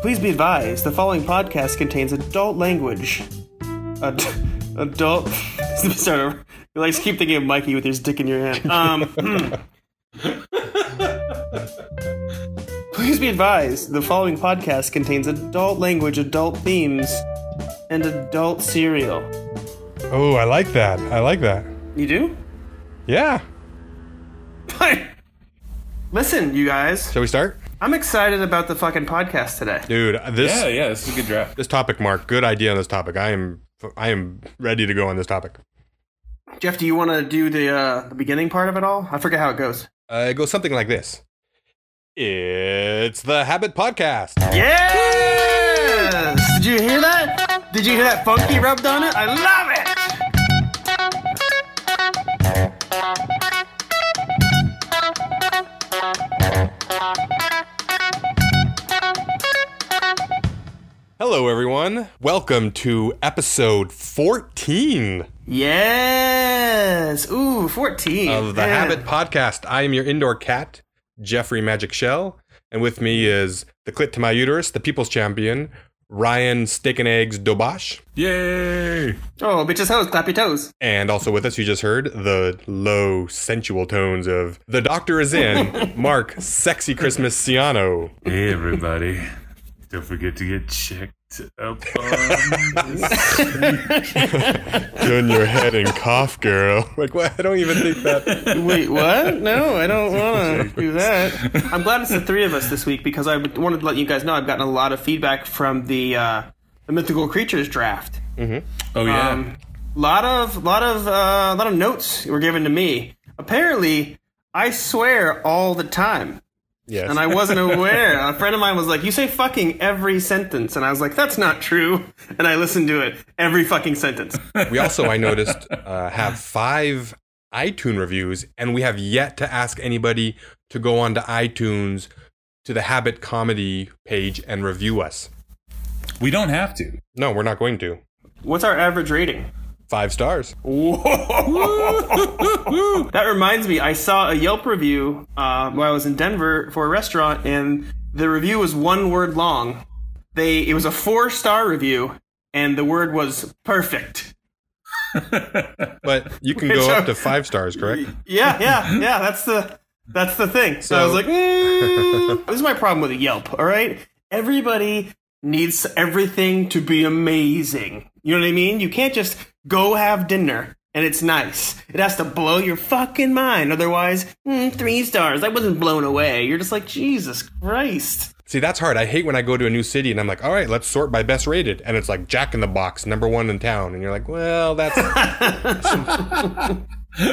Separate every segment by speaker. Speaker 1: Please be advised, the following podcast contains adult language. Ad- adult. Start over. You like to keep thinking of Mikey with his dick in your hand. Um. hmm. Please be advised, the following podcast contains adult language, adult themes, and adult cereal.
Speaker 2: Oh, I like that. I like that.
Speaker 1: You do?
Speaker 2: Yeah.
Speaker 1: Listen, you guys.
Speaker 2: Shall we start?
Speaker 1: I'm excited about the fucking podcast today.
Speaker 2: Dude, this
Speaker 3: Yeah, yeah, this is a good draft.
Speaker 2: this topic, Mark, good idea on this topic. I am I am ready to go on this topic.
Speaker 1: Jeff, do you want to do the uh, the beginning part of it all? I forget how it goes.
Speaker 2: Uh, it goes something like this. It's the Habit Podcast.
Speaker 1: Yes! Did you hear that? Did you hear that funky rubbed on it? I love it.
Speaker 2: Hello, everyone. Welcome to episode 14
Speaker 1: Yes. Ooh, 14.
Speaker 2: of the
Speaker 1: Man.
Speaker 2: Habit Podcast. I am your indoor cat, Jeffrey Magic Shell, and with me is the clit to my uterus, the people's champion, Ryan Steak and Eggs Dobosh.
Speaker 3: Yay!
Speaker 1: Oh, bitches hoes, clap your toes.
Speaker 2: And also with us, you just heard the low, sensual tones of The Doctor is in, Mark Sexy Christmas Ciano.
Speaker 3: Hey, everybody. Don't forget to get checked up on this.
Speaker 2: Turn your head and cough, girl. Like, what? I don't even think that.
Speaker 1: Wait, what? No, I don't want to do that. I'm glad it's the three of us this week because I wanted to let you guys know I've gotten a lot of feedback from the uh, the mythical creatures draft.
Speaker 3: Oh, yeah.
Speaker 1: Um, lot of lot of uh, lot of notes were given to me. Apparently, I swear all the time,
Speaker 2: Yes.
Speaker 1: and I wasn't aware. A friend of mine was like, "You say fucking every sentence," and I was like, "That's not true." And I listened to it every fucking sentence.
Speaker 2: we also, I noticed, uh, have five iTunes reviews, and we have yet to ask anybody to go on to iTunes to the Habit Comedy page and review us.
Speaker 3: we don't have to.
Speaker 2: No, we're not going to.
Speaker 1: What's our average rating?
Speaker 2: Five stars.
Speaker 1: That reminds me, I saw a Yelp review uh, while I was in Denver for a restaurant, and the review was one word long. They it was a four star review, and the word was perfect.
Speaker 2: But you can go up to five stars, correct?
Speaker 1: Yeah, yeah, yeah. That's the that's the thing. So, I was
Speaker 2: So-
Speaker 1: like, mm, this is my problem with Yelp. All right, everybody needs everything to be amazing. You know what I mean? You can't just go have dinner and it's nice. It has to blow your fucking mind. Otherwise, mm, three stars. I wasn't blown away. You're just like Jesus Christ.
Speaker 2: See, that's hard. I hate when I go to a new city and I'm like, all right, let's sort by best rated. And it's like Jack in the Box, number one in town. And you're like, well, that's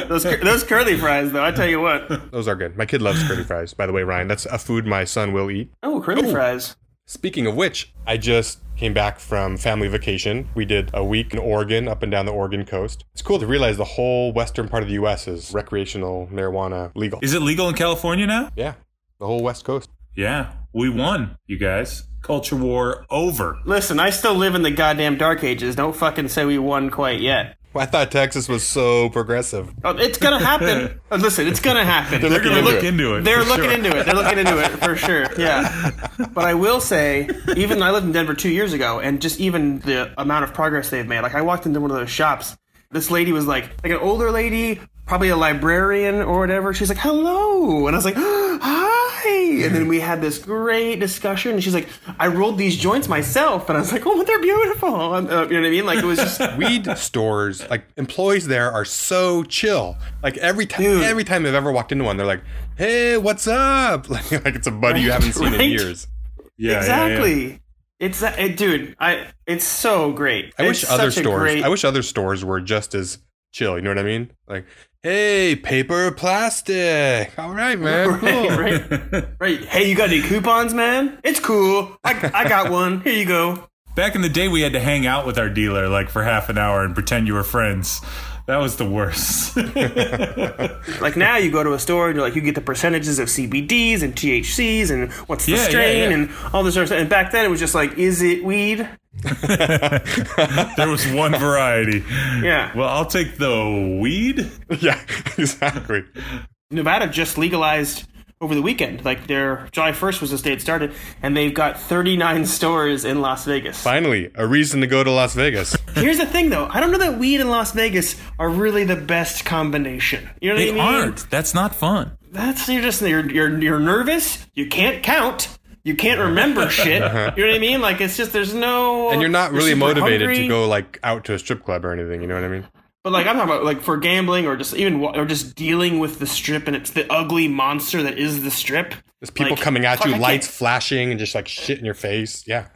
Speaker 1: Those cur- those curly fries, though. I tell you what.
Speaker 2: those are good. My kid loves curly fries, by the way, Ryan. That's a food my son will eat.
Speaker 1: Oh, curly fries.
Speaker 2: Speaking of which, I just came back from family vacation. We did a week in Oregon, up and down the Oregon coast. It's cool to realize the whole western part of the US is recreational marijuana legal.
Speaker 3: Is it legal in California now?
Speaker 2: Yeah. The whole west coast.
Speaker 3: Yeah, we won, you guys. Culture war over.
Speaker 1: Listen, I still live in the goddamn dark ages. Don't fucking say we won quite yet.
Speaker 2: I thought Texas was so progressive.
Speaker 1: Oh, It's gonna happen. Oh, Listen, it's gonna happen.
Speaker 2: They're
Speaker 1: They're,
Speaker 2: looking
Speaker 3: They're gonna
Speaker 2: into
Speaker 3: look
Speaker 2: it.
Speaker 3: into it. for
Speaker 1: looking
Speaker 3: sure.
Speaker 1: into it. They're looking into it for sure. Yeah. But I will say, even I lived in Denver two years ago, and just even the amount of progress they've made. Like I walked into one of those shops. This lady was like, like an older lady, probably a librarian or whatever. She's like, "Hello," and I was like, "Hi." And then we had this great discussion. And she's like, "I rolled these joints myself," and I was like, "Oh, they're beautiful." And, uh, you know what I mean? Like it was just.
Speaker 2: weed stores, like employees there are so chill. Like every time,
Speaker 1: Dude.
Speaker 2: every time I've ever walked into one, they're like, "Hey, what's up?" Like, like it's a buddy you haven't seen
Speaker 1: Right.
Speaker 2: in years.
Speaker 3: Yeah, yeah, yeah.
Speaker 1: exactly. It's that, it, dude. I it's so great.
Speaker 2: I
Speaker 1: It's
Speaker 2: wish other
Speaker 1: such a
Speaker 2: stores,
Speaker 1: great-
Speaker 2: I wish other stores were just as chill. You know what I mean? Like, hey, paper, plastic. All right, man. Cool.
Speaker 1: right, right, right. Hey, you got any coupons, man? It's cool. I I got one. Here you go.
Speaker 3: Back in the day, we had to hang out with our dealer like for half an hour and pretend you were friends. That was the worst.
Speaker 1: Like now, you go to a store and you're like, you get the percentages of CBDs and THCs and what's the
Speaker 3: Yeah, yeah,
Speaker 1: strain
Speaker 3: yeah.
Speaker 1: and all this sort of stuff. And back then, it was just like, is it weed?
Speaker 3: there was one variety.
Speaker 1: Yeah.
Speaker 3: Well, I'll take the weed.
Speaker 2: Yeah, exactly.
Speaker 1: Nevada just legalized over the weekend. Like their July 1st was the day it started, and they've got 39 stores in Las Vegas.
Speaker 2: Finally, a reason to go to Las Vegas.
Speaker 1: Here's the thing, though. I don't know that weed and Las Vegas are really the best combination. You know what
Speaker 4: They
Speaker 1: I mean?
Speaker 4: aren't. That's not fun.
Speaker 1: That's you're just you're, you're you're nervous. You can't count. You can't remember shit. You know what I mean? Like it's just there's no.
Speaker 2: And you're not really
Speaker 1: super
Speaker 2: motivated
Speaker 1: hungry.
Speaker 2: to go like out to a strip club or anything. You know what I mean?
Speaker 1: But like I'm talking about like for gambling or just even wa- or just dealing with the strip and it's the ugly monster that is the strip.
Speaker 2: There's people
Speaker 1: Like,
Speaker 2: coming at
Speaker 1: fuck, I
Speaker 2: you,
Speaker 1: can't-
Speaker 2: lights flashing, and just like shit in your face. Yeah.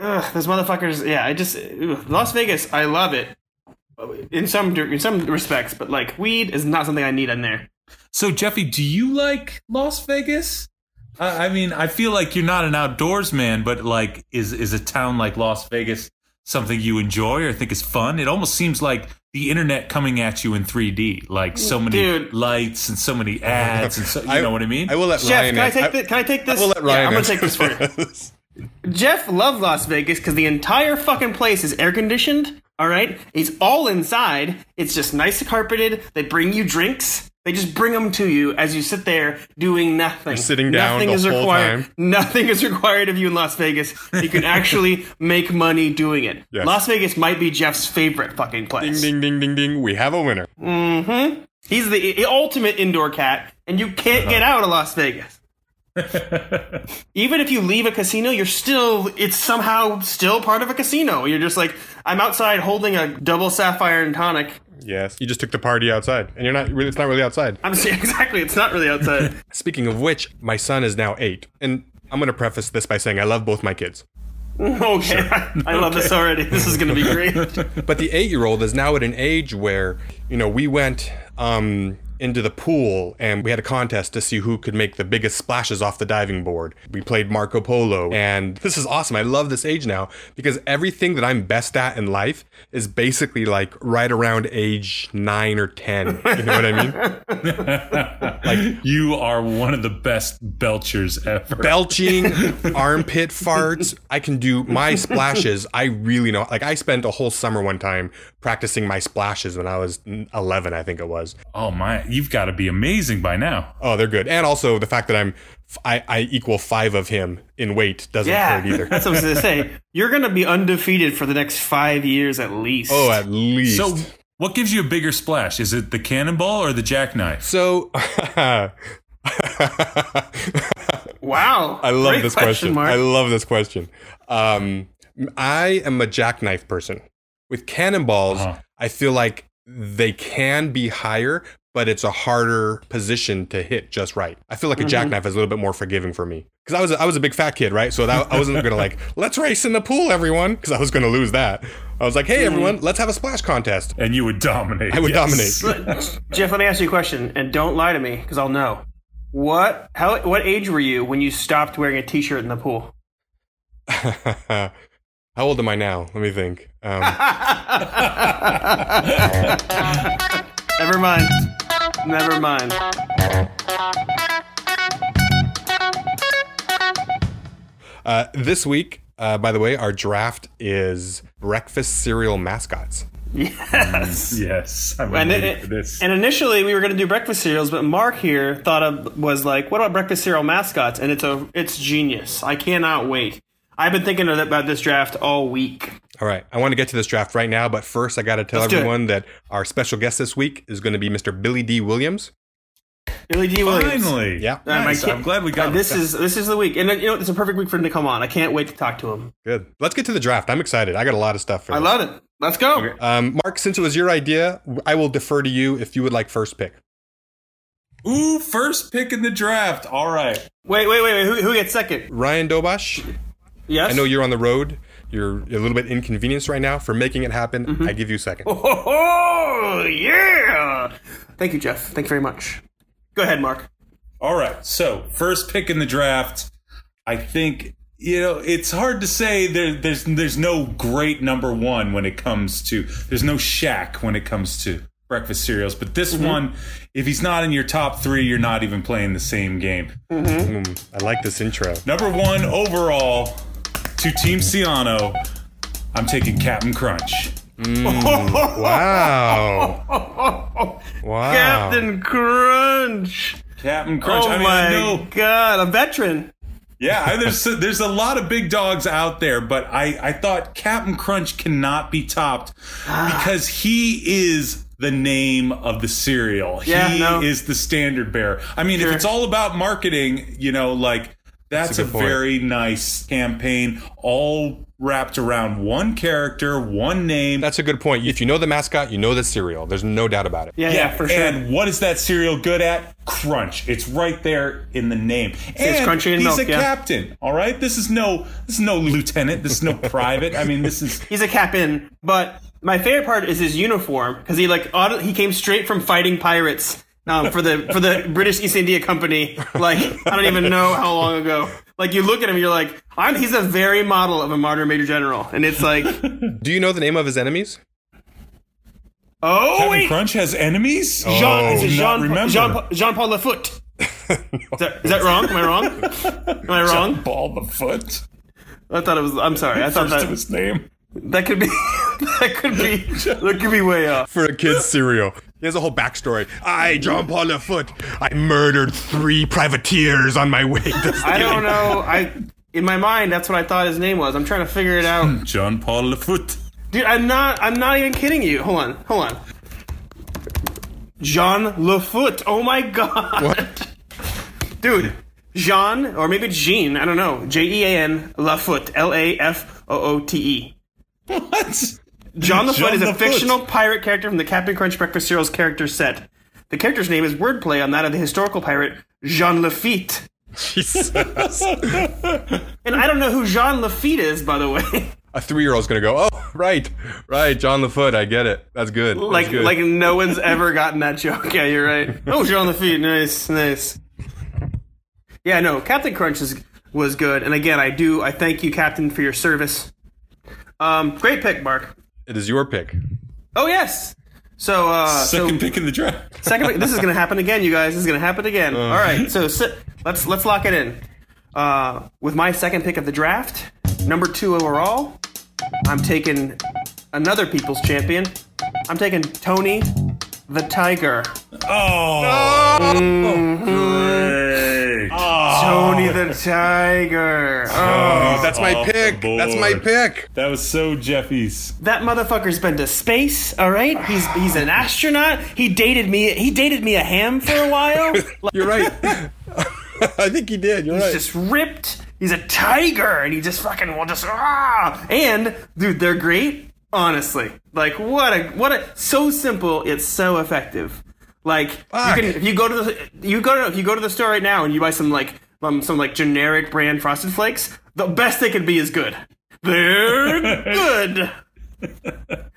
Speaker 1: Ugh, those motherfuckers. Yeah, I just ugh, Las Vegas. I love it in some dir- in some respects, but like weed is not something I need in there.
Speaker 4: So, Jeffy,
Speaker 3: do you like Las Vegas? I, I mean, I feel like you're not an outdoors man, but like, is is a town like Las Vegas something you enjoy or think is fun? It almost seems like the internet coming at you in 3D, like so many
Speaker 1: Dude.
Speaker 3: lights and so many ads, and so you
Speaker 2: I-
Speaker 3: know what I mean.
Speaker 2: I will let
Speaker 1: Jeff,
Speaker 2: Ryan.
Speaker 1: can I
Speaker 2: answer-
Speaker 1: take thi- can I take this?
Speaker 2: will let
Speaker 1: Yeah,
Speaker 2: Ryan.
Speaker 1: I'm gonna
Speaker 2: answer
Speaker 1: take this for you.
Speaker 2: this.
Speaker 1: Jeff loved Las Vegas because the entire fucking place is air conditioned. All right, it's all inside. It's just nice carpeted. They bring you drinks. They just bring them to you as you sit there doing nothing.
Speaker 2: sitting down
Speaker 1: Nothing
Speaker 2: the
Speaker 1: is
Speaker 2: whole
Speaker 1: required.
Speaker 2: time.
Speaker 1: Nothing is required of you in Las Vegas. You can actually make money doing it.
Speaker 2: Yes.
Speaker 1: Las Vegas might be Jeff's favorite fucking place.
Speaker 2: Ding ding ding ding ding. We have a winner.
Speaker 1: He's the i- ultimate indoor cat, and you can't
Speaker 2: Uh-huh.
Speaker 1: get out of Las Vegas. Even if you leave a casino, you're still, it's somehow still part of a casino. You're just like, I'm outside holding a double sapphire and tonic.
Speaker 2: Yes. You just took the party outside, and you're not really. It's not really outside.
Speaker 1: I'm saying, exactly, it's not really outside.
Speaker 2: Speaking of which, my son is now eight, and I'm gonna preface this by saying I love both my kids.
Speaker 1: okay, I, love this already. This is going to be great.
Speaker 2: But the eight year old is now at an age where, you know, we went um, into the pool and we had a contest to see who could make the biggest splashes off the diving board. We played Marco Polo. And this is awesome. I love this age now because everything that I'm best at in life is basically like right around age nine or 10. You know what I mean?
Speaker 3: you are one of the best belchers ever.
Speaker 2: belching, armpit farts. I can do my splashes. I really know. Like I spent a whole summer one time practicing my splashes when I was 11, I think it was.
Speaker 3: oh my, you've got to be amazing by now.
Speaker 2: Oh, they're good. And also the fact that I'm I, I equal 5 of him in weight doesn't
Speaker 1: Yeah,
Speaker 2: hurt either.
Speaker 1: that's what I was going to say. You're going to be undefeated for the next five years at least.
Speaker 2: Oh, at least.
Speaker 3: So, what gives you a bigger splash? Is it the cannonball or the jackknife?
Speaker 2: so
Speaker 1: wow.
Speaker 2: I love
Speaker 1: Great
Speaker 2: this question.
Speaker 1: Mark.
Speaker 2: I love this question. Um, I am a jackknife person. With cannonballs,
Speaker 3: Uh-huh.
Speaker 2: I feel like they can be higher, but it's a harder position to hit just right. I feel like a jackknife is a little bit more forgiving for me because I was I was a big fat kid, right? So that, I wasn't gonna like let's race in the pool, everyone, because I was gonna lose that. I was like, hey, everyone, let's have a splash contest.
Speaker 3: And you would dominate.
Speaker 2: I would
Speaker 3: yes.
Speaker 2: dominate.
Speaker 1: Jeff, let me ask you a question, and don't lie to me because I'll know. What? How? What age were you when you stopped wearing a T-shirt in the pool?
Speaker 2: How old am I now? Let me think. Um,
Speaker 1: Never mind. Never mind.
Speaker 2: Uh, this week, uh, by the way, our draft is breakfast cereal mascots.
Speaker 1: Yes.
Speaker 3: Yes, I'm
Speaker 1: And,
Speaker 3: ready
Speaker 1: it,
Speaker 3: for this.
Speaker 1: and initially we were going to do breakfast cereals, but Mark here thought of was like, "What about breakfast cereal mascots?" And it's a it's genius. I cannot wait. I've been thinking of- about this draft all week.
Speaker 2: All right, I want to get to this draft right now, but first I got to tell
Speaker 1: Let's do it.
Speaker 2: everyone that our special guest this week is going to be Mr. Billy D. Williams.
Speaker 1: Billy D. Williams.
Speaker 3: Finally,
Speaker 2: Yeah.
Speaker 1: Uh, my
Speaker 3: Nice.
Speaker 1: kid-
Speaker 3: I'm glad we got
Speaker 1: This is this is the week, and you know it's a perfect week for him to come on. I can't wait to talk to him.
Speaker 2: Good. Let's get to the draft. I'm excited. I got a lot of stuff for
Speaker 1: I
Speaker 2: this.
Speaker 1: love it. Let's go.
Speaker 2: Um, Mark, since it was your idea, I will defer to you if you would like first pick.
Speaker 3: Ooh, first pick in the draft. All right.
Speaker 1: Wait, wait, wait, wait. Who, who gets second?
Speaker 2: Ryan Dobosh,
Speaker 1: Yes.
Speaker 2: I know you're on the road. You're a little bit inconvenienced right now for making it happen.
Speaker 1: Mm-hmm.
Speaker 2: I give you second.
Speaker 1: Oh yeah! Thank you, Jeff. Thank you very much. Go ahead, Mark.
Speaker 3: All right. So, first pick in the draft. I think you know it's hard to say there there's there's no great number 1 when it comes to there's no Shaq when it comes to breakfast cereals, but this
Speaker 1: Mm-hmm.
Speaker 3: one if he's not in your top 3, you're not even playing the same game.
Speaker 2: Mm, I like this intro.
Speaker 3: Number 1 overall to Team Ciano. I'm taking Captain Crunch.
Speaker 1: Oh.
Speaker 2: Wow. wow.
Speaker 1: Captain Crunch.
Speaker 3: Captain Crunch.
Speaker 1: oh
Speaker 3: I mean,
Speaker 1: my
Speaker 3: I know
Speaker 1: god, a veteran.
Speaker 3: Yeah, I- there's there's a lot of big dogs out there, but I I thought Captain Crunch cannot be topped
Speaker 1: Ah.
Speaker 3: because he is the name of the cereal.
Speaker 1: Yeah,
Speaker 3: he
Speaker 1: no.
Speaker 3: is the standard bearer. I mean,
Speaker 1: Sure.
Speaker 3: if it's all about marketing, you know, like that's,
Speaker 2: a
Speaker 3: a,
Speaker 2: good point.
Speaker 3: very nice campaign all wrapped around one character, one name.
Speaker 2: That's a good point. If you know the mascot, you know the cereal. There's no doubt about it.
Speaker 1: Yeah, yeah, for sure.
Speaker 3: And what is that cereal good at? Crunch. It's right there in the name.
Speaker 1: it's
Speaker 3: and
Speaker 1: crunchy and
Speaker 3: he's
Speaker 1: milk,
Speaker 3: a
Speaker 1: yeah.
Speaker 3: captain. All right. This is no. This is no lieutenant. This is no private. I mean, this is.
Speaker 1: He's a captain, but my favorite part is his uniform because he like auto- he came straight from fighting pirates um, for the for the British East India Company. Like I don't even know how long ago. Like you look at him, you're like, I'm, he's a very model of a modern major general, and it's like,
Speaker 2: Do you know the name of his enemies?
Speaker 1: oh wait,
Speaker 3: Crunch has enemies.
Speaker 1: Jean,
Speaker 2: Oh.
Speaker 1: is it
Speaker 3: Not
Speaker 1: Jean,
Speaker 3: remember.
Speaker 1: Jean, Jean Paul Lafoot. Is, that, is that wrong? Am I wrong? Am I wrong?
Speaker 3: Ball the foot.
Speaker 1: I thought it was. I'm sorry. I thought
Speaker 3: First of
Speaker 1: that
Speaker 3: his name.
Speaker 1: that could be that could be that could be way off.
Speaker 2: For a kid's cereal. He has a whole backstory. I, John Paul Lafoot, I murdered three privateers on my way to
Speaker 1: I don't know. I in my mind, that's what I thought his name was. I'm trying to figure it out,
Speaker 3: John Paul Lafoot.
Speaker 1: dude. I'm not. I'm not even kidding you. Hold on. Hold on. Jean Lafoot. Oh my god,
Speaker 2: What?
Speaker 1: dude. Jean or maybe Jean. I don't know. J E A N Lafoot. L A F O O T E.
Speaker 3: What?
Speaker 1: John Lafoot
Speaker 3: Jean
Speaker 1: is a
Speaker 3: Lafoot.
Speaker 1: fictional pirate character from the Captain Crunch Breakfast Cereal's character set. The character's name is wordplay on that of the historical pirate Jean Lafitte.
Speaker 2: Jesus.
Speaker 1: And I don't know who Jean Lafitte is, by the way.
Speaker 2: A three year old's going to go, oh, right, right, John Lafoot. I get it. That's good. That's
Speaker 1: Like
Speaker 2: good.
Speaker 1: like no one's ever gotten that joke. Yeah, you're right. Oh, you're on the feet. Nice, nice. Yeah, no, Captain Crunch is, was good. And again, I do I thank you, Captain, for your service. Um, great pick, Mark.
Speaker 2: it is your pick.
Speaker 1: Oh yes. So uh
Speaker 3: Second
Speaker 1: so
Speaker 3: pick in the draft.
Speaker 1: second pick. This is gonna happen again, you guys. This is gonna happen again. All right. So si- let's let's lock it in. Uh, with my second pick of the draft, number two overall, I'm taking another people's champion. I'm taking Tony the Tiger.
Speaker 3: Oh. Great.
Speaker 1: Tony the Tiger. Oh,
Speaker 2: That's my
Speaker 3: Off the
Speaker 2: pick. That's my
Speaker 3: board.
Speaker 2: pick.
Speaker 3: That was so Jeffy's.
Speaker 1: that motherfucker's been to space. All right, he's he's an astronaut. He dated me. He dated me a ham for a while. Like,
Speaker 2: You're right. I think he did. You're
Speaker 1: he's
Speaker 2: right.
Speaker 1: just ripped. He's a tiger, and he just fucking will just ah. And dude, they're great. Honestly, like what a what a so simple. It's so effective. Like
Speaker 2: Fuck.
Speaker 1: you can if you go to the you go to if you go to the store right now and you buy some like um, some like generic brand Frosted Flakes, the best they could be is good. They're good.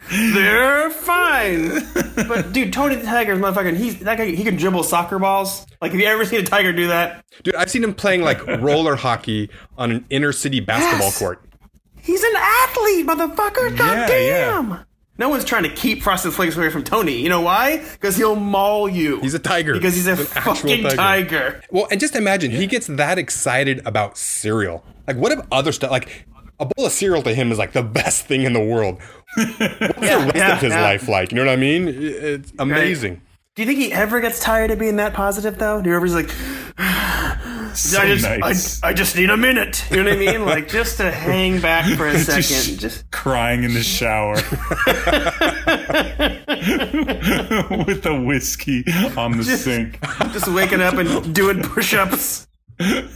Speaker 1: They're fine. But dude, Tony the Tiger's motherfucking he's that guy he can dribble soccer balls. Like have you ever seen a tiger do that?
Speaker 2: Dude, I've seen him playing like roller hockey on an inner city basketball
Speaker 1: Yes.
Speaker 2: court.
Speaker 1: He's an athlete, motherfucker.
Speaker 3: Yeah,
Speaker 1: God damn. No one's trying to keep Frosted Flakes away from Tony. You know why? Because he'll maul you.
Speaker 2: He's a tiger.
Speaker 1: because he's a
Speaker 2: An actual
Speaker 1: fucking tiger.
Speaker 2: Well, and just imagine he gets that excited about cereal. Like, what if other stuff? Like, a bowl of cereal to him is like the best thing in the world. What's the rest
Speaker 1: yeah,
Speaker 2: of his
Speaker 1: yeah.
Speaker 2: life like? You know what I mean? It- It's amazing.
Speaker 1: Do you think he ever gets tired of being that positive though? Do you ever he's like,
Speaker 3: So
Speaker 1: I just,
Speaker 3: nice.
Speaker 1: I, I just need a minute. You know what I mean? Like just to hang back for a second. Just
Speaker 3: crying in the shower with a whiskey on the sink.
Speaker 1: just waking up and doing push-ups.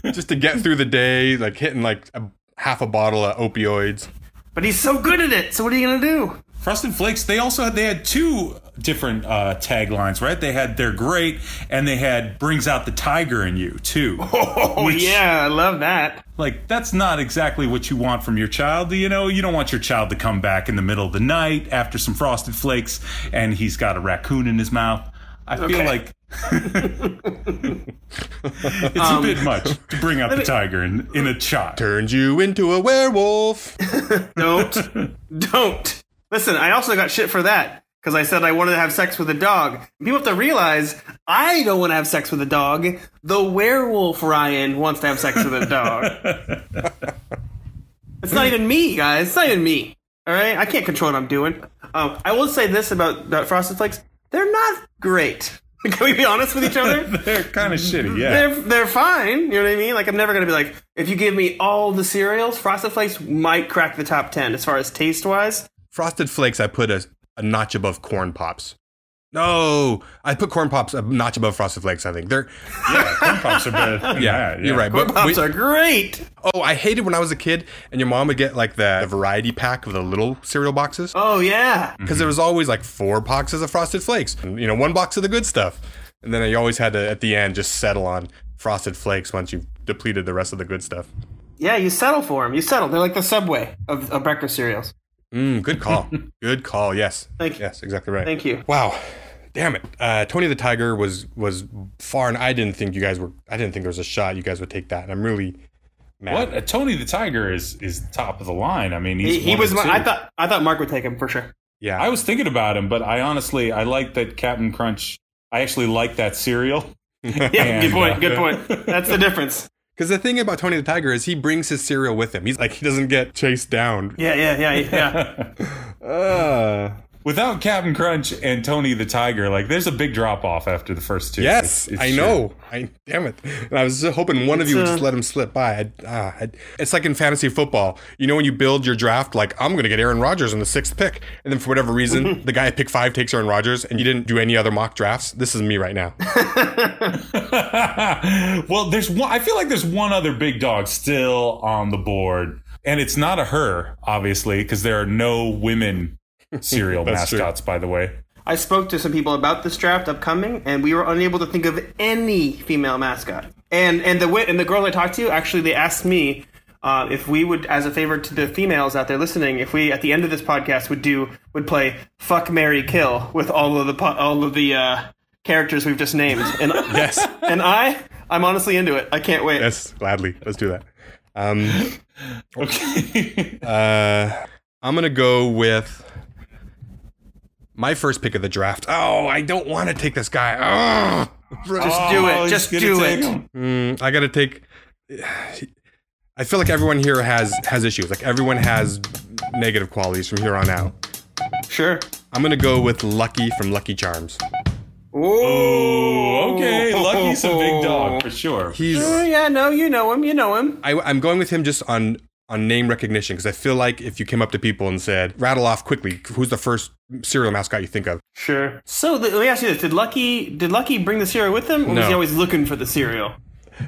Speaker 2: Just to get through the day, like hitting like a, half a bottle of opioids.
Speaker 1: But he's so good at it. So what are you gonna do?
Speaker 3: Frosted Flakes. They also had they had two different uh, taglines, right? They had "They're great" and they had "Brings out the tiger in you" too.
Speaker 1: Oh yeah, I love that.
Speaker 3: Like that's not exactly what you want from your child. You know, you don't want your child to come back in the middle of the night after some Frosted Flakes and he's got a raccoon in his mouth. I feel
Speaker 1: Okay.
Speaker 3: like. it's a
Speaker 1: Um,
Speaker 3: bit much to bring out the tiger in, in a child.
Speaker 2: Turns you into a werewolf.
Speaker 1: Don't, don't. Listen, I also got shit for that because I said I wanted to have sex with a dog. People have to realize I don't want to have sex with a dog. The werewolf Ryan wants to have sex with a dog. it's not even me, guys. It's not even me. All right, I can't control what I'm doing. Um, I will say this about, about Frosted Flakes: they're not great. Can we be honest with each other?
Speaker 3: They're kind of shitty, yeah.
Speaker 1: They're they're fine. You know what I mean? Like I'm never gonna be like, if you give me all the cereals, Frosted Flakes might crack the top ten as far as taste wise.
Speaker 2: Frosted Flakes, I put a, a notch above Corn Pops. No, I put Corn Pops a notch above Frosted Flakes. I think they're
Speaker 3: yeah, corn pops are better. Than
Speaker 2: yeah,
Speaker 3: that,
Speaker 2: you're right.
Speaker 1: Corn
Speaker 2: But
Speaker 1: pops
Speaker 2: we-
Speaker 1: are great.
Speaker 2: oh, I hated when I was a kid, and your mom would get like the, the variety pack of the little cereal boxes
Speaker 1: Oh yeah.
Speaker 2: because there was always like four boxes of Frosted Flakes, and, you know, one box of the good stuff, and then I always had to at the end just settle on Frosted Flakes once you've depleted the rest of the good stuff.
Speaker 1: Yeah, you settle for them. You settle. They're like the subway of, of breakfast cereals.
Speaker 2: Mm, good call. good call. Yes.
Speaker 1: Thank you.
Speaker 2: Yes, exactly right.
Speaker 1: Thank you.
Speaker 2: Wow. Damn it. Uh, Tony the Tiger was was far and I didn't think you guys were I didn't think there was a shot you guys would take that. And I'm really mad.
Speaker 3: What? Uh, Tony the Tiger is is top of the line. I mean, he's
Speaker 1: He, he
Speaker 3: one
Speaker 1: was.
Speaker 3: and
Speaker 1: My,
Speaker 3: two.
Speaker 1: I thought. I thought Mark would take him for sure.
Speaker 2: Yeah.
Speaker 3: I was thinking about him, but I honestly I like that Captain Crunch. I actually like that cereal.
Speaker 1: Yeah.
Speaker 3: And,
Speaker 1: good point.
Speaker 3: uh,
Speaker 1: Good point. That's the difference.
Speaker 2: Because the thing about Tony the Tiger is he brings his cereal with him. He's like he doesn't get chased down.
Speaker 1: Yeah. Yeah. Yeah. Yeah.
Speaker 2: Uh,
Speaker 3: Without Captain Crunch and Tony the Tiger, like there's a big drop off after the first two.
Speaker 2: yes,
Speaker 3: It's- it's
Speaker 2: I
Speaker 3: shit.
Speaker 2: know. I damn it. And I was just hoping one of you would just
Speaker 1: uh,
Speaker 2: let him slip by. I, ah, I, it's like in fantasy football. You know when you build your draft, like I'm going to get Aaron Rodgers in the sixth pick, and then for whatever reason, the guy at pick five takes Aaron Rodgers, and you didn't do any other mock drafts. This is me right now.
Speaker 3: well, there's one. I feel like there's one other big dog still on the board, and it's not a her, obviously, because there are no women cereal
Speaker 2: That's true.
Speaker 3: mascots. By the way,
Speaker 1: I spoke to some people about this draft upcoming, and we were unable to think of any female mascot. And and the wit and the girls I talked to actually they asked me uh, if we would, as a favor to the females out there listening, if we at the end of this podcast would do would play fuck Mary Kill with all of the po- all of the uh, characters we've just named. And
Speaker 2: Yes,
Speaker 1: and I I'm honestly into it. I can't wait.
Speaker 2: yes, gladly. Let's do that. Um,
Speaker 3: okay.
Speaker 2: uh, I'm gonna go with my first pick of the draft. Oh, I don't want to take this guy. Ugh.
Speaker 1: Just do it.
Speaker 3: Oh, he's
Speaker 1: Just
Speaker 3: gonna
Speaker 1: do
Speaker 3: take
Speaker 1: it.
Speaker 3: him.
Speaker 2: Mm, I gotta take. I feel like everyone here has has issues. Like everyone has negative qualities from here on out.
Speaker 1: Sure.
Speaker 2: I'm gonna go with Lucky from Lucky Charms.
Speaker 1: Oh,
Speaker 3: Okay, Lucky's a big dog for sure.
Speaker 2: He's.
Speaker 1: yeah, no, you know him. You know him.
Speaker 2: I, I'm going with him just on on name recognition because I feel like if you came up to people and said, "Rattle off quickly, who's the first cereal mascot you think of?"
Speaker 1: Sure. So the, let me ask you this: Did Lucky did Lucky bring the cereal with him, or was
Speaker 2: No.
Speaker 1: he always looking for the cereal?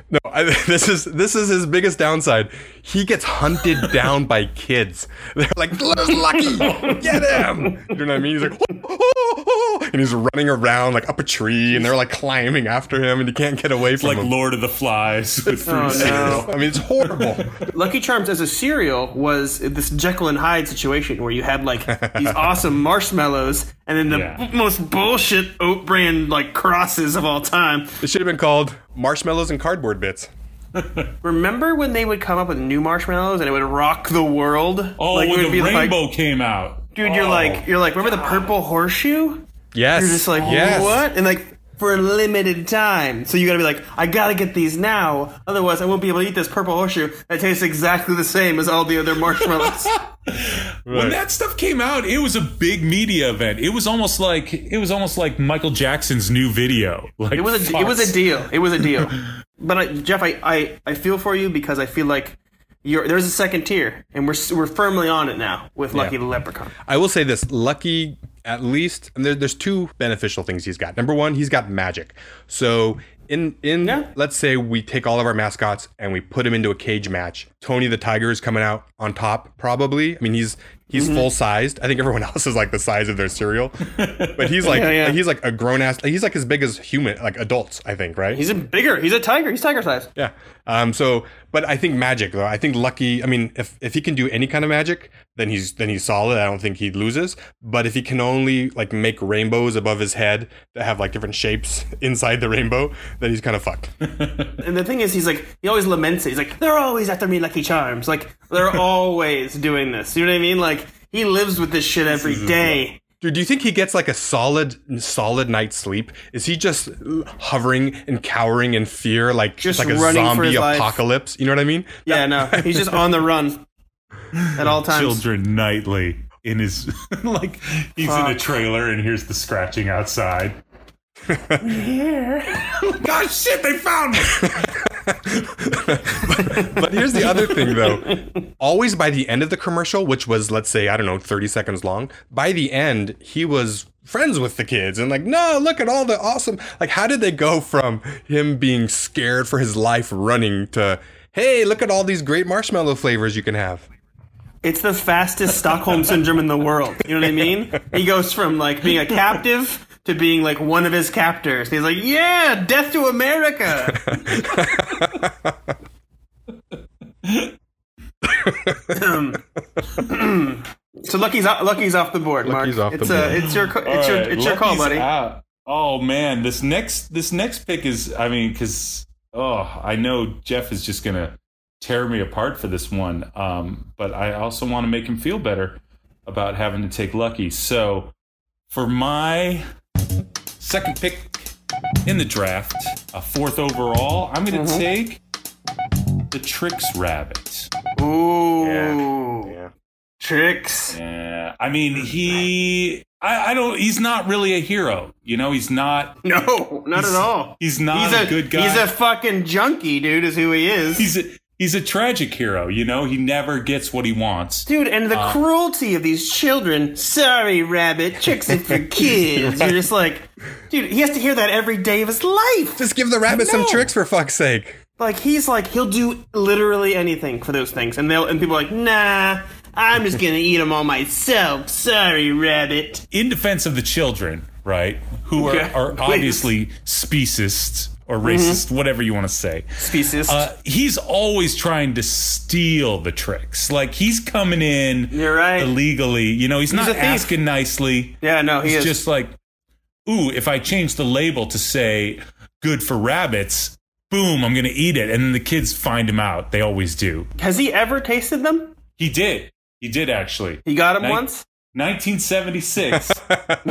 Speaker 2: No, I, this is this is his biggest downside. He gets hunted down by kids. They're like, "There's Lucky, get him!" You know what I mean? He's like, "Oh, oh, oh," and he's running around like up a tree, and they're like climbing after him, and he can't get away from
Speaker 3: like
Speaker 2: him.
Speaker 3: Lord of the Flies with
Speaker 2: Oh,
Speaker 3: fruit cereal.
Speaker 2: I mean, it's horrible.
Speaker 1: Oh, Lucky Charms as a cereal was this Jekyll and Hyde situation where you had like these awesome marshmallows and then the
Speaker 3: Yeah.
Speaker 1: most bullshit oat brand like crosses of all time.
Speaker 2: it should have been called marshmallows and cardboard bits.
Speaker 1: Remember when they would come up with new marshmallows and it would rock the world?
Speaker 3: Oh,
Speaker 1: it
Speaker 3: when
Speaker 1: would
Speaker 3: the
Speaker 1: be like,
Speaker 3: rainbow came out,
Speaker 1: dude, you're
Speaker 3: Oh.
Speaker 1: like, you're like, remember the purple horseshoe?
Speaker 2: Yes,
Speaker 1: You're just like,
Speaker 2: yes.
Speaker 1: what? And like, for a limited time. So you gotta be like, I gotta get these now. Otherwise, I won't be able to eat this purple horseshoe that tastes exactly the same as all the other marshmallows.
Speaker 3: when that stuff came out, it was a big media event. It was almost like it was almost like Michael Jackson's new video. Like
Speaker 1: it was a, it was a deal. It was a deal. but I, Jeff, I, I, I feel for you because I feel like you're, there's a second tier, and we're, s- we're firmly on it now with Lucky the Leprechaun.
Speaker 2: I will say this: Lucky, at least, and there, there's two beneficial things he's got. Number one, he's got magic. So in in let's say we take all of our mascots and we put him into a cage match. Tony the Tiger is coming out on top, probably. I mean, he's he's
Speaker 1: Mm-hmm.
Speaker 2: full sized. I think everyone else is like the size of their cereal, but he's like
Speaker 1: yeah.
Speaker 2: he's like a grown ass. He's like as big as human, like adults. I think, right?
Speaker 1: He's a bigger, he's a tiger, he's tiger size.
Speaker 2: Yeah. Um. So, but I think magic though. I think lucky. I mean, if if he can do any kind of magic, then he's then he's solid. I don't think he loses. But if he can only like make rainbows above his head that have like different shapes inside the rainbow, then he's kind of fucked.
Speaker 1: And the thing is, he's like, he always laments it. He's like, they're always after me, Lucky Charms. Like, they're always doing this. You know what I mean? Like, he lives with this shit every day.
Speaker 2: Dude, do you think he gets like a solid solid night's sleep? Is he just hovering and cowering in fear, like
Speaker 1: Just
Speaker 2: like a
Speaker 1: running for
Speaker 2: zombie
Speaker 1: his life.
Speaker 2: apocalypse? You know what I mean?
Speaker 1: Yeah, no, he's just on the run at all times.
Speaker 3: children nightly in his like he's in a
Speaker 1: Fuck.
Speaker 3: trailer and here's the scratching outside. Gosh, shit, they found me.
Speaker 2: but here's the other thing though always by the end of the commercial which was let's say i don't know 30 seconds long by the end he was friends with the kids and like no look at all the awesome like how did they go from him being scared for his life running to hey look at all these great marshmallow flavors you can have
Speaker 1: It's the fastest Stockholm syndrome in the world. You know what I mean? He goes from like being a captive to being like one of his captors. He's like, yeah, death to America. Um, so Lucky's o- Lucky's off the board, Mark.
Speaker 2: Lucky's off the
Speaker 1: it's
Speaker 2: board.
Speaker 1: Uh, it's your co- it's your
Speaker 3: All right,
Speaker 1: it's your call,
Speaker 3: Lucky's
Speaker 1: buddy.
Speaker 3: out. Oh man, this next this next pick is I mean because oh I know Jeff is just gonna tear me apart for this one, um, but I also want to make him feel better about having to take Lucky. So for my second pick in the draft, a fourth overall, I'm gonna
Speaker 1: Mm-hmm.
Speaker 3: take the Tricks Rabbit.
Speaker 1: Ooh,
Speaker 2: yeah.
Speaker 1: tricks.
Speaker 3: Yeah, I mean he. I, I don't. He's not really a hero, you know. He's not.
Speaker 1: No, not at all.
Speaker 3: He's not
Speaker 1: he's
Speaker 3: a, good guy.
Speaker 1: He's a fucking junkie, dude. Is who he is.
Speaker 3: he's a he's a tragic hero. You know, he never gets what he wants.
Speaker 1: Dude, and
Speaker 3: Uh.
Speaker 1: the cruelty of these children. Sorry, rabbit. Tricks it for kids. You're just like, dude, he has to hear that every day of his life.
Speaker 2: just give the rabbit some tricks for fuck's sake
Speaker 1: Like, he's like, he'll do literally anything for those things. And they'll, and people are like, nah, I'm just gonna eat them all myself. Sorry, rabbit.
Speaker 3: In defense of the children, right? Who
Speaker 1: Okay,
Speaker 3: are, are
Speaker 1: please. Mm-hmm.
Speaker 3: obviously speciest or racist, whatever you want to say.
Speaker 1: Species.
Speaker 3: Uh, he's always trying to steal the tricks. Like he's coming in
Speaker 1: You're right.
Speaker 3: illegally. You know, he's,
Speaker 1: a
Speaker 3: not
Speaker 1: thief.
Speaker 3: asking nicely.
Speaker 1: yeah, no, he
Speaker 3: He's
Speaker 1: is.
Speaker 3: just like, ooh, if I change the label to say good for rabbits, boom, I'm going to eat it. And then the kids find him out. They always do.
Speaker 1: Has he ever tasted them?
Speaker 3: He did. He did actually.
Speaker 1: He got them
Speaker 3: Nice.
Speaker 1: once?
Speaker 3: 1976.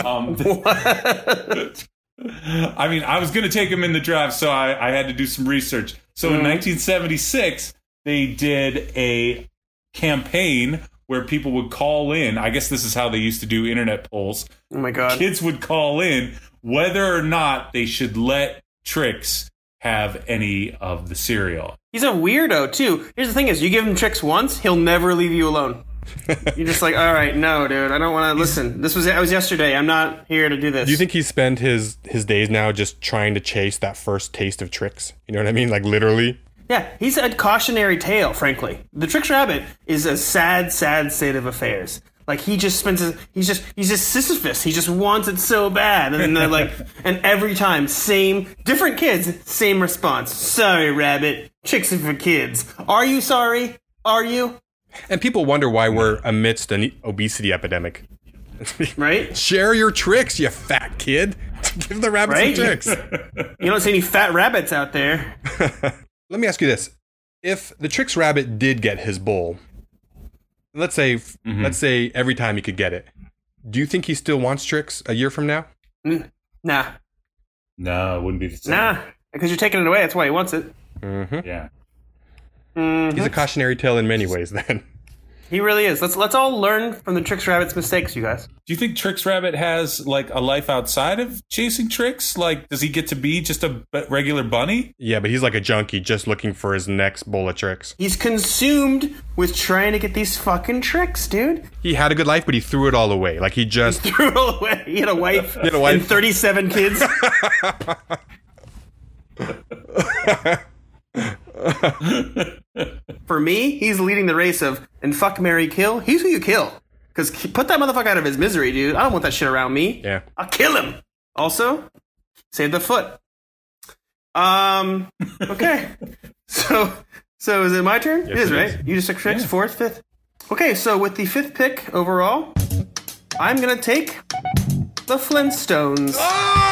Speaker 3: um, I mean, I was going to take him in the draft, so I, I had to do some research. So in 1976, they did a campaign where people would call in. I guess this is how they used to do internet polls.
Speaker 1: Oh my god.
Speaker 3: Kids would call in whether or not they should let tricks have any of the cereal.
Speaker 1: He's a weirdo too. Here's the thing: is you give him tricks once, he'll never leave you alone. You're just like, all right, no, dude, I don't want to listen. This was I was yesterday. I'm not here to do this.
Speaker 2: do you think he spent his his days now just trying to chase that first taste of tricks you know what i mean like literally
Speaker 1: Yeah, he's a cautionary tale. Frankly, the Tricks Rabbit is a sad, sad state of affairs. Like he just spends his, he's just he's just Sisyphus. He just wants it so bad, and then they're like, and every time, same different kids, same response. Sorry, Rabbit. Tricks are for kids. Are you sorry? Are you
Speaker 2: And people wonder why we're amidst an obesity epidemic.
Speaker 1: right?
Speaker 2: Share your tricks, you fat kid. Give the rabbit
Speaker 1: Right?
Speaker 2: some tricks.
Speaker 1: You don't see any fat rabbits out there.
Speaker 2: Let me ask you this: If the tricks rabbit did get his bowl, let's say,
Speaker 1: Mm-hmm.
Speaker 2: let's say every time he could get it, do you think he still wants tricks a year from now?
Speaker 1: Nah,
Speaker 3: No, it wouldn't be the same.
Speaker 1: nah, because you're taking it away. That's why he wants it.
Speaker 3: Yeah.
Speaker 2: He's a
Speaker 1: Mm-hmm.
Speaker 2: cautionary tale in many ways. Then
Speaker 1: He really is. Let's let's all learn from the Tricks Rabbit's mistakes, you guys.
Speaker 3: Do you think Tricks Rabbit has like a life outside of chasing tricks? Like, does he get to be just a b- regular bunny?
Speaker 2: yeah, but he's like a junkie, just looking for his next bowl of tricks.
Speaker 1: He's consumed with trying to get these fucking tricks, dude.
Speaker 2: He had a good life, but he threw it all away. Like he just
Speaker 1: Threw it all away. He had a wife.
Speaker 2: had a wife.
Speaker 1: and 37 kids. For me, he's leading the race of and fuck Mary Kill. He's who you kill. Cause k- put that motherfucker out of his misery, dude. I don't want that shit around me.
Speaker 2: yeah.
Speaker 1: I'll kill him. Also, save the foot. Um. Okay. so, so is it my turn? it is,
Speaker 2: it
Speaker 1: right?
Speaker 2: is.
Speaker 1: You just took six, fourth, fifth. Okay. So with the fifth pick overall, I'm gonna take the Flintstones.
Speaker 2: Ah!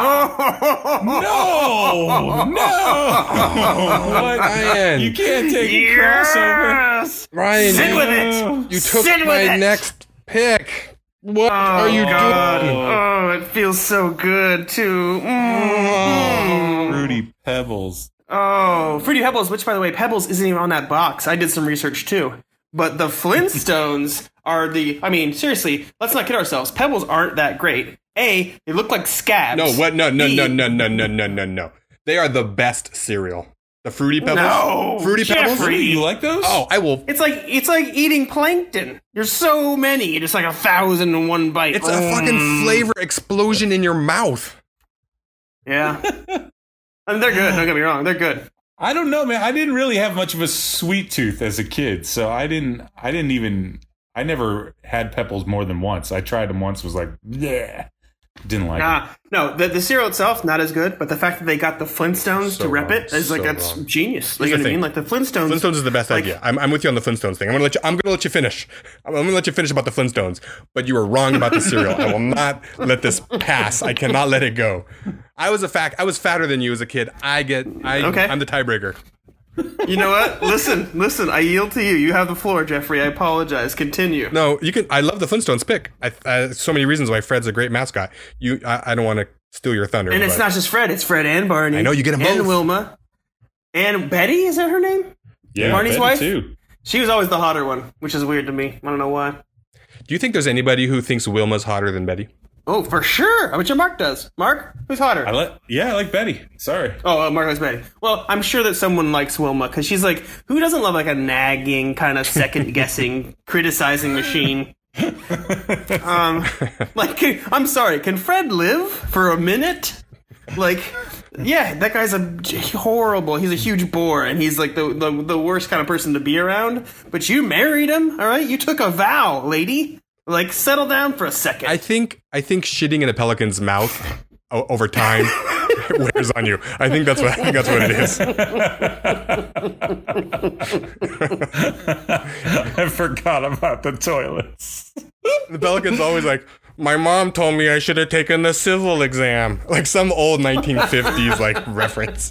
Speaker 3: Oh! No, no! what?
Speaker 2: Ryan,
Speaker 3: You can't take a crossover.
Speaker 1: Yes!
Speaker 2: Ryan,
Speaker 1: Sit
Speaker 2: you-
Speaker 1: with it.
Speaker 2: You took
Speaker 1: Sit with
Speaker 2: my
Speaker 1: it.
Speaker 2: next pick. What are you doing?
Speaker 1: Oh, it feels so good too.
Speaker 2: Oh.
Speaker 1: Mm.
Speaker 3: Fruity Pebbles.
Speaker 1: Oh, Fruity Pebbles, which by the way, Pebbles isn't even on that box. I did some research too. But the Flintstones are the I mean, seriously, let's not kid ourselves. Pebbles aren't that great. A, they look like scabs.
Speaker 2: No, what? No, no,
Speaker 1: B,
Speaker 2: no, no, no, no, no, no, no. They are the best cereal. The Fruity Pebbles.
Speaker 1: No,
Speaker 2: Fruity Pebbles?
Speaker 1: Jeffrey.
Speaker 3: You like those?
Speaker 2: Oh, I will.
Speaker 1: It's like it's like eating plankton. There's so many. It's like a thousand in one bite. Mm.
Speaker 2: It's a fucking flavor explosion in your mouth.
Speaker 1: yeah. and they're good. Don't get me wrong. They're good.
Speaker 3: I don't know, man. I didn't really have much of a sweet tooth as a kid, so I didn't. I didn't even. I never had Pebbles more than once. I tried them once. Was like, yeah, didn't like.
Speaker 1: Nah, Ah, no, the, the cereal itself not as good, but the fact that they got the Flintstones
Speaker 2: So
Speaker 1: to rep
Speaker 2: wrong.
Speaker 1: it is like
Speaker 2: So
Speaker 1: that's
Speaker 2: wrong.
Speaker 1: genius. Like, you
Speaker 2: the
Speaker 1: know what I mean?
Speaker 2: thing.
Speaker 1: Like the Flintstones.
Speaker 2: Flintstones is the best
Speaker 1: Like-
Speaker 2: idea. I'm, I'm with you on the Flintstones thing. I'm gonna let you. I'm gonna let you finish. I'm, I'm gonna let you finish about the Flintstones. But you were wrong about the cereal. I will not let this pass. I cannot let it go. I was a fact. I was fatter than you as a kid. I get. I,
Speaker 1: Okay.
Speaker 2: I'm the tiebreaker.
Speaker 1: You know what? listen, listen. I yield to you. You have the floor, Jeffrey. I apologize. Continue.
Speaker 2: No, you can. I love the Flintstones pick. I, I, so many reasons why Fred's a great mascot. You. I, I don't want to steal your thunder.
Speaker 1: and it's
Speaker 2: but-
Speaker 1: not just Fred. It's Fred and Barney.
Speaker 2: I know, you get 'em both.
Speaker 1: And Wilma. And Betty is that her name?
Speaker 3: Yeah,
Speaker 1: Barney's
Speaker 3: Betty
Speaker 1: wife?
Speaker 3: too.
Speaker 1: She was always the hotter one, which is weird to me. I don't know why.
Speaker 2: Do you think there's anybody who thinks Wilma's hotter than Betty?
Speaker 1: Oh, for sure. I bet you Mark does. Mark, who's hotter?
Speaker 3: I like. Yeah, I like Betty. Sorry.
Speaker 1: Oh, uh, Mark likes Betty. Well, I'm sure that someone likes Wilma because she's like, who doesn't love like a nagging kind of second guessing, criticizing machine? um, like, I'm sorry, can Fred live for a minute? Like, yeah, that guy's a horrible. He's a huge bore, and he's like the, the the worst kind of person to be around. But you married him, all right? You took a vow, lady. Like, settle down for a second.
Speaker 2: I think I think shitting in a pelican's mouth o- over time wears on you. I think that's what I think that's what it is.
Speaker 3: I forgot about the toilets.
Speaker 2: The pelican's always like, my mom told me I should have taken the civil exam, like some old 1950s like reference.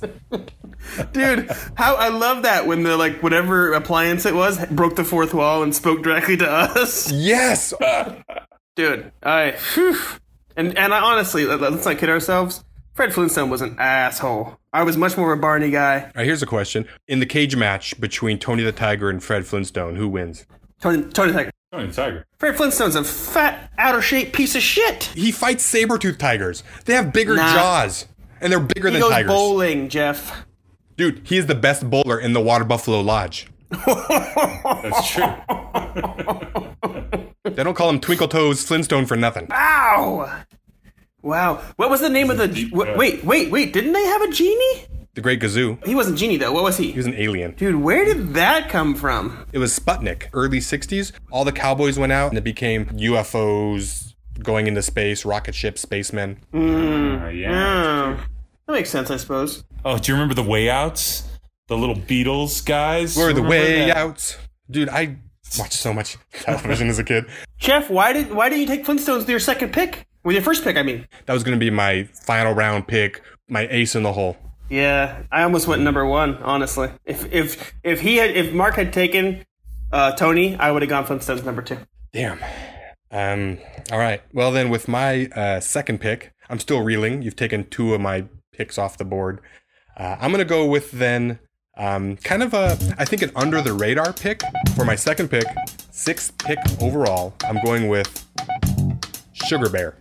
Speaker 1: Dude, how I love that when the like whatever appliance it was broke the fourth wall and spoke directly to us.
Speaker 2: Yes,
Speaker 1: Dude, I whew. and and I honestly let- let's not kid ourselves. Fred Flintstone was an asshole. I was much more of a Barney guy.
Speaker 2: All right, here's a question. In the cage match between Tony the Tiger and Fred Flintstone, who wins?
Speaker 1: Tony Tony Tiger.
Speaker 3: Tony the Tiger.
Speaker 1: Fred Flintstone's a fat, out of shape piece of shit.
Speaker 2: He fights saber-toothed tigers. They have bigger
Speaker 1: Nah.
Speaker 2: jaws, and they're bigger
Speaker 1: He
Speaker 2: than
Speaker 1: goes
Speaker 2: tigers.
Speaker 1: bowling, Jeff.
Speaker 2: Dude, he is the best bowler in the Water Buffalo Lodge.
Speaker 3: That's true. Uh,
Speaker 2: They don't call him Twinkle Toes Flintstone for nothing.
Speaker 1: Ow! Wow. What was the name of the? wh- Wait, wait, wait. Didn't they have a genie?
Speaker 2: The Great Gazoo.
Speaker 1: He wasn't genie though. What was
Speaker 2: He
Speaker 1: he?
Speaker 2: was an alien.
Speaker 1: Dude, where did that come from?
Speaker 2: It was Sputnik, early 60s. All the cowboys went out and it became UFOs going into space, rocket ships, spacemen.
Speaker 3: Uh, yeah.
Speaker 1: Oh, that makes sense, I suppose.
Speaker 3: Oh, do you remember the Way Outs? The little Beatles guys.
Speaker 2: We're the
Speaker 3: Remember
Speaker 2: way
Speaker 3: that?
Speaker 2: out. Dude, I watched so much television as a kid.
Speaker 1: Jeff, why did why did you take Flintstones with your second pick? With your first pick, I mean.
Speaker 2: That was going to be my final round pick, my ace in the hole.
Speaker 1: Yeah, I almost went number one, honestly. If if if he had if Mark had taken uh, Tony, I would have gone Flintstones number two.
Speaker 2: Damn. Um, all right. Well, then, with my uh, second pick, I'm still reeling. You've taken two of my picks off the board. Uh, I'm going to go with then um, kind of a, I think, an under the radar pick for my second pick, sixth pick overall. I'm going with Sugar Bear.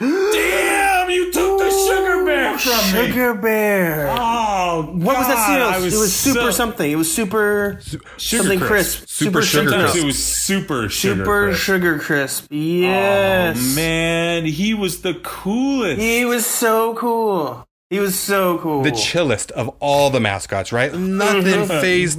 Speaker 3: Damn, you took the sugar bear from me.
Speaker 1: Bear.
Speaker 3: Oh,
Speaker 1: what was that cereal?
Speaker 3: I
Speaker 1: it was super
Speaker 3: so-
Speaker 1: something. It was super
Speaker 2: Sugar
Speaker 1: something
Speaker 2: Crisp.
Speaker 1: crisp.
Speaker 2: Super Sugar
Speaker 1: no,
Speaker 3: Sometimes
Speaker 2: Crisp.
Speaker 3: it was super sugar.
Speaker 1: Super
Speaker 3: Crisp.
Speaker 1: sugar crisp. Yes.
Speaker 3: Oh, man, he was the coolest.
Speaker 1: He was so cool. He was so cool.
Speaker 2: The chillest of all the mascots, right? Nothing phased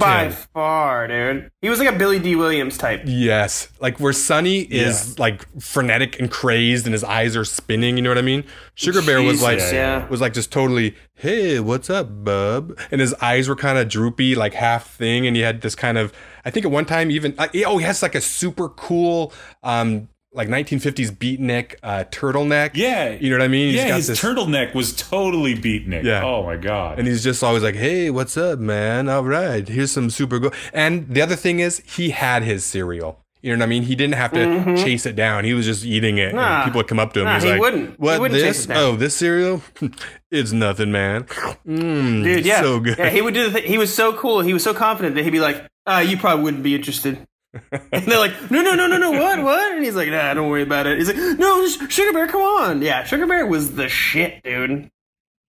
Speaker 1: By
Speaker 2: him.
Speaker 1: far, dude. He was like a Billy D. Williams type.
Speaker 2: Yes. Like where Sonny is like frenetic and crazed and his eyes are spinning, you know what I mean? Sugar Bear was
Speaker 1: Jesus,
Speaker 2: like
Speaker 1: yeah.
Speaker 2: was like just totally, "Hey, what's up, bub?" And his eyes were kind of droopy, like half thing and he had this kind of I think at one time even uh, oh, he has like a super cool um like 1950s beatnik uh turtleneck.
Speaker 3: Yeah.
Speaker 2: You know what I mean? He's
Speaker 3: yeah,
Speaker 2: got
Speaker 3: his
Speaker 2: this-
Speaker 3: turtleneck was totally beatnik.
Speaker 2: Yeah.
Speaker 3: Oh my god.
Speaker 2: and he's just always like, "Hey, what's up, man? All right, here's some super go." And the other thing is, he had his cereal. You know what I mean? He didn't have to chase it down. He was just eating it,
Speaker 1: Mm-hmm. Nah.
Speaker 2: and people would come up to him.
Speaker 1: Nah,
Speaker 2: he's
Speaker 1: he
Speaker 2: like,
Speaker 1: wouldn't. He
Speaker 2: "What
Speaker 1: wouldn't chase
Speaker 2: this?
Speaker 1: it down.
Speaker 2: Oh, this cereal? it's nothing, man. Mm,
Speaker 1: Dude, yeah.
Speaker 2: so good.
Speaker 1: Yeah, he would do the thing. He was so cool. He was so confident that he'd be like, uh, you probably wouldn't be interested. And they're like, no, no, no, no, no, what, what? And he's like, nah, don't worry about it. He's like, no, Sh- Sugar Bear, come on. Yeah, Sugar Bear was the shit, dude.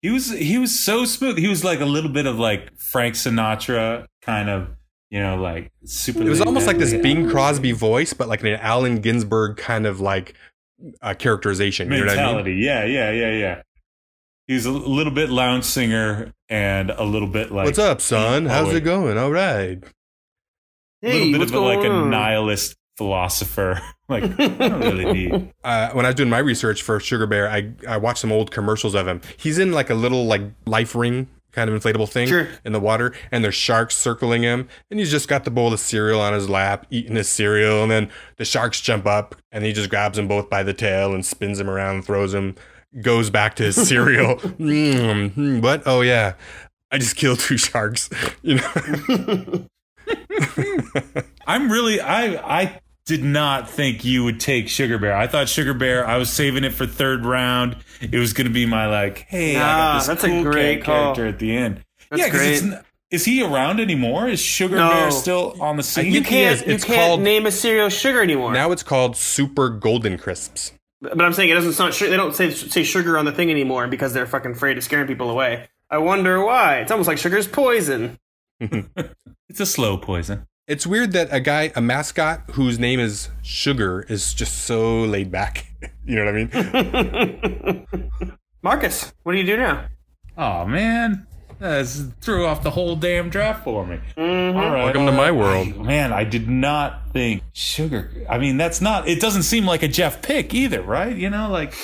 Speaker 3: He was he was so smooth. He was like a little bit of like Frank Sinatra kind of, you know, like super.
Speaker 2: It was
Speaker 3: laid
Speaker 2: almost like this
Speaker 3: back.
Speaker 2: Bing Crosby voice, but like an Allen Ginsberg kind of like uh, characterization. You know what I mean?
Speaker 3: mentality. Yeah, yeah, yeah, yeah. He was a little bit lounge singer and a little bit like
Speaker 2: What's up, son? How's it going? All right.
Speaker 3: a little
Speaker 1: Hey,
Speaker 3: bit
Speaker 1: what's
Speaker 3: of a, like
Speaker 1: going
Speaker 3: a
Speaker 1: on?
Speaker 3: nihilist philosopher. like I don't really need.
Speaker 2: uh, when I was doing my research for Sugar Bear, I, I watched some old commercials of him. He's in like a little like life ring kind of inflatable thing
Speaker 1: Sure.
Speaker 2: in the water, and there's sharks circling him, and he's just got the bowl of cereal on his lap, eating his cereal, and then the sharks jump up, and he just grabs them both by the tail and spins them around, and throws them, goes back to his cereal. mm, hmm, what? Oh yeah, I just killed two sharks. You know,
Speaker 3: I'm really I I did not think you would take Sugar Bear. I thought Sugar Bear. I was saving it for third round. It was going to be my like, hey, I got
Speaker 1: Nah,
Speaker 3: this
Speaker 1: Ah, that's a
Speaker 3: cool
Speaker 1: great
Speaker 3: cat
Speaker 1: call.
Speaker 3: character at the end.
Speaker 1: That's
Speaker 3: yeah,
Speaker 1: great.
Speaker 3: because is he around anymore? Is Sugar
Speaker 1: No.
Speaker 3: Bear still on the scene?
Speaker 1: You
Speaker 2: think he
Speaker 1: can't,
Speaker 2: is.
Speaker 1: you
Speaker 2: It's
Speaker 1: can't
Speaker 2: called-
Speaker 1: name a cereal sugar anymore.
Speaker 2: now it's called Super Golden Crisps.
Speaker 1: But I'm saying it doesn't sound. They don't say say sugar on the thing anymore because they're fucking afraid of scaring people away. I wonder why. It's almost like sugar's poison.
Speaker 3: It's a slow poison.
Speaker 2: It's weird that a guy, a mascot whose name is Sugar, is just so laid back. You know what I mean?
Speaker 1: Marcus, what do you do now?
Speaker 3: Oh man, that threw off the whole damn draft for me.
Speaker 1: Mm-hmm.
Speaker 3: All right,
Speaker 2: Welcome to my world.
Speaker 3: man. I did not think Sugar. I mean, that's not. It doesn't seem like a Jeff pick either, right? You know, like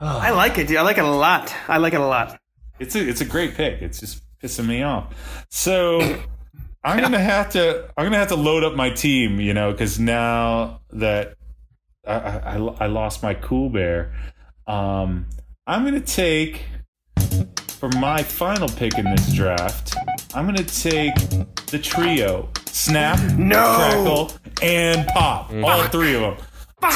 Speaker 1: I like it. Dude. I like it a lot. I like it a lot.
Speaker 3: It's a it's a great pick. It's just pissing me off. So I'm gonna have to I'm gonna have to load up my team, you know, because now that I, I I- I lost my cool bear, um, I'm gonna take for my final pick in this draft. I'm gonna take the trio snap,
Speaker 1: No!
Speaker 3: crackle, and pop. All three of them.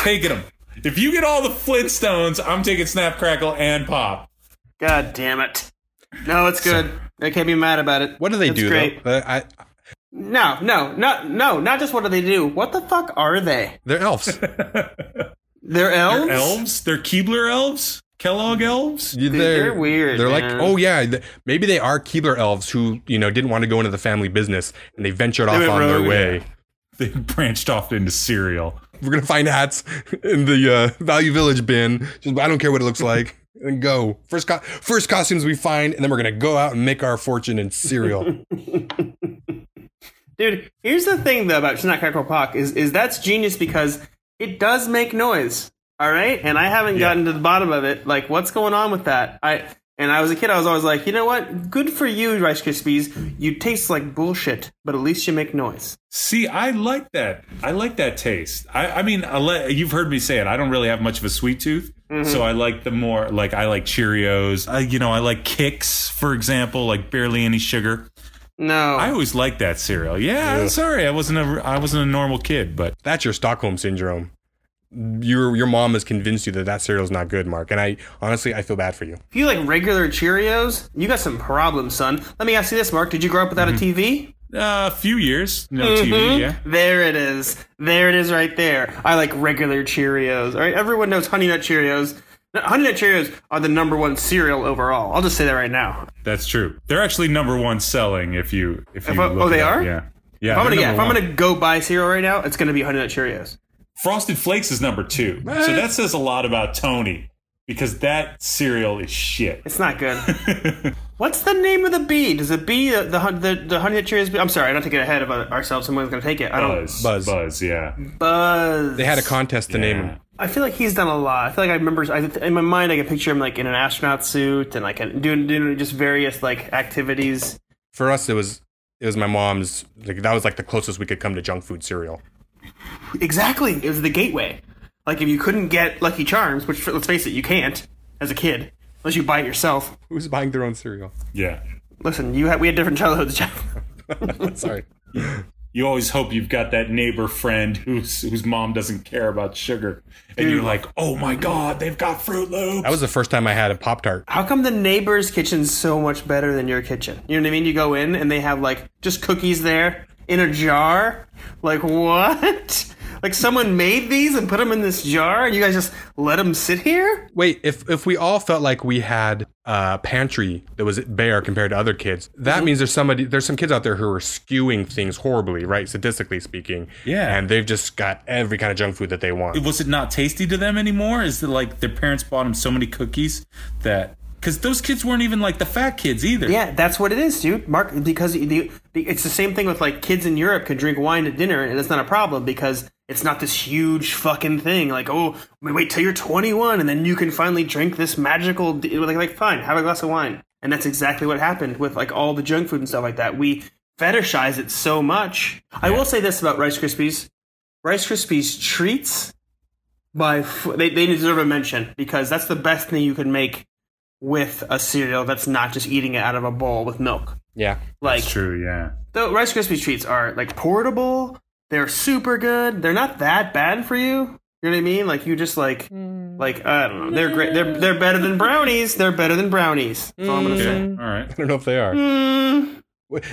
Speaker 3: Taking them. If you get all the Flintstones, I'm taking snap, crackle, and pop.
Speaker 1: God damn it. No, it's good. I can't be mad about it.
Speaker 2: What do they
Speaker 1: It's
Speaker 2: do
Speaker 1: great.
Speaker 2: though? Uh, I,
Speaker 1: No, no, no, no. Not just what do they do? What the fuck are they?
Speaker 2: they're elves.
Speaker 1: They're elves.
Speaker 3: elves? They're Keebler elves? Kellogg elves?
Speaker 2: they're,
Speaker 1: they're weird,
Speaker 2: They're like,
Speaker 1: man.
Speaker 2: oh yeah, th- maybe they are Keebler elves who you know didn't want to go into the family business and they ventured off
Speaker 1: went
Speaker 2: on their
Speaker 1: rogue,
Speaker 2: way.
Speaker 3: They branched off into cereal.
Speaker 2: We're gonna find hats in the uh, Value Village bin. Just I don't care what it looks like. And go first. Co- first costumes we find, and then we're gonna go out and make our fortune in cereal.
Speaker 1: Dude, here's the thing though about Snack Crackle Pop is is that's genius because it does make noise. All right, and I haven't gotten to the bottom of it. Like, what's going on with that? I and I was a kid, I was always like, you know what? Good for you, Rice Krispies. You taste like bullshit, but at least you make noise.
Speaker 3: See, I like that. I like that taste. I, I mean, I le- you've heard me say it. I don't really have much of a sweet tooth, so I like the more like I like Cheerios. I, you know, I like Kicks, for example, like barely any sugar.
Speaker 1: No,
Speaker 3: I always liked that cereal. Yeah, I'm sorry, I wasn't a I wasn't a normal kid, but
Speaker 2: That's your Stockholm syndrome. Your your mom has convinced you that that cereal's not good, Mark. And I honestly, I feel bad for you.
Speaker 1: if you like regular Cheerios, you got some problems, son. Let me ask you this, Mark: Did you grow up without a TV?
Speaker 3: uh, a few years, no TV. Yeah,
Speaker 1: There it is. There it is right there. I like regular Cheerios. All right, everyone knows Honey Nut Cheerios. No, Honey Nut Cheerios are the number one cereal overall. I'll just say that right now.
Speaker 3: that's true. They're actually number one selling. If you if you
Speaker 1: I-
Speaker 3: look
Speaker 1: oh, they
Speaker 3: it up.
Speaker 1: are?
Speaker 3: Yeah, yeah.
Speaker 1: If I'm gonna
Speaker 3: they're
Speaker 1: yeah, if
Speaker 3: number
Speaker 1: I'm
Speaker 3: one.
Speaker 1: gonna go buy cereal right now, it's gonna be Honey Nut Cheerios.
Speaker 3: Frosted Flakes is number two.
Speaker 1: Eh.
Speaker 3: So that says a lot about Tony because that cereal is shit.
Speaker 1: It's not good. What's the name of the bee? Does the bee the the, hun- the, the Honey Nut Cheerios? Bee? I'm sorry, I don't take it ahead of ourselves. Someone's gonna take it. I don't.
Speaker 3: Buzz.
Speaker 2: Buzz.
Speaker 3: Buzz, yeah.
Speaker 1: Buzz.
Speaker 2: They had a contest to name
Speaker 3: Yeah.
Speaker 2: him.
Speaker 1: I feel like he's done a lot. I feel like I remember I, in my mind I can picture him like in an astronaut suit and like doing doing just various like activities.
Speaker 2: For us, it was it was my mom's. Like that was like the closest we could come to junk food cereal.
Speaker 1: Exactly. It was the gateway. Like if you couldn't get Lucky Charms, which let's face it, you can't as a kid unless you buy it yourself.
Speaker 2: Who's buying their own cereal?
Speaker 3: Yeah.
Speaker 1: Listen, you had we had different childhoods, Jeff.
Speaker 2: Sorry.
Speaker 3: You always hope you've got that neighbor friend who's, whose mom doesn't care about sugar. And you're like, oh my God, they've got Fruit Loops.
Speaker 2: That was the first time I had a Pop Tart.
Speaker 1: How come the neighbor's kitchen's so much better than your kitchen? You know what I mean? You go in and they have like just cookies there. in a jar. Like what? Like someone made these and put them in this jar, and you guys just let them sit here?
Speaker 2: Wait, if if we all felt like we had a pantry that was bare compared to other kids, that means there's somebody there's some kids out there who are skewing things horribly, right? Statistically speaking.
Speaker 3: Yeah.
Speaker 2: And they've just got every kind of junk food that they want.
Speaker 3: was it not tasty to them anymore? Is it like their parents bought them so many cookies that because those kids weren't even like the fat kids either.
Speaker 1: Yeah, that's what it is, dude. Mark, because the, the, it's the same thing with like kids in Europe can drink wine at dinner, and it's not a problem because it's not this huge fucking thing. Like, oh, wait, wait till you're 21, and then you can finally drink this magical. d- Like, like fine, have a glass of wine, and that's exactly what happened with like all the junk food and stuff like that. We fetishize it so much. I will say this about Rice Krispies: Rice Krispies treats by f- they they deserve a mention because that's the best thing you can make with a cereal that's not just eating it out of a bowl with milk.
Speaker 2: yeah.
Speaker 1: Like
Speaker 3: That's true. Yeah.
Speaker 1: the Rice Krispies treats are like portable. They're super good. They're not that bad for you. You know what I mean? Like you just like like I don't know. They're great. They're they're better than brownies. They're better than brownies. That's all I'm gonna
Speaker 3: Okay.
Speaker 1: say.
Speaker 3: All right.
Speaker 2: I don't know if they are.
Speaker 1: Mm,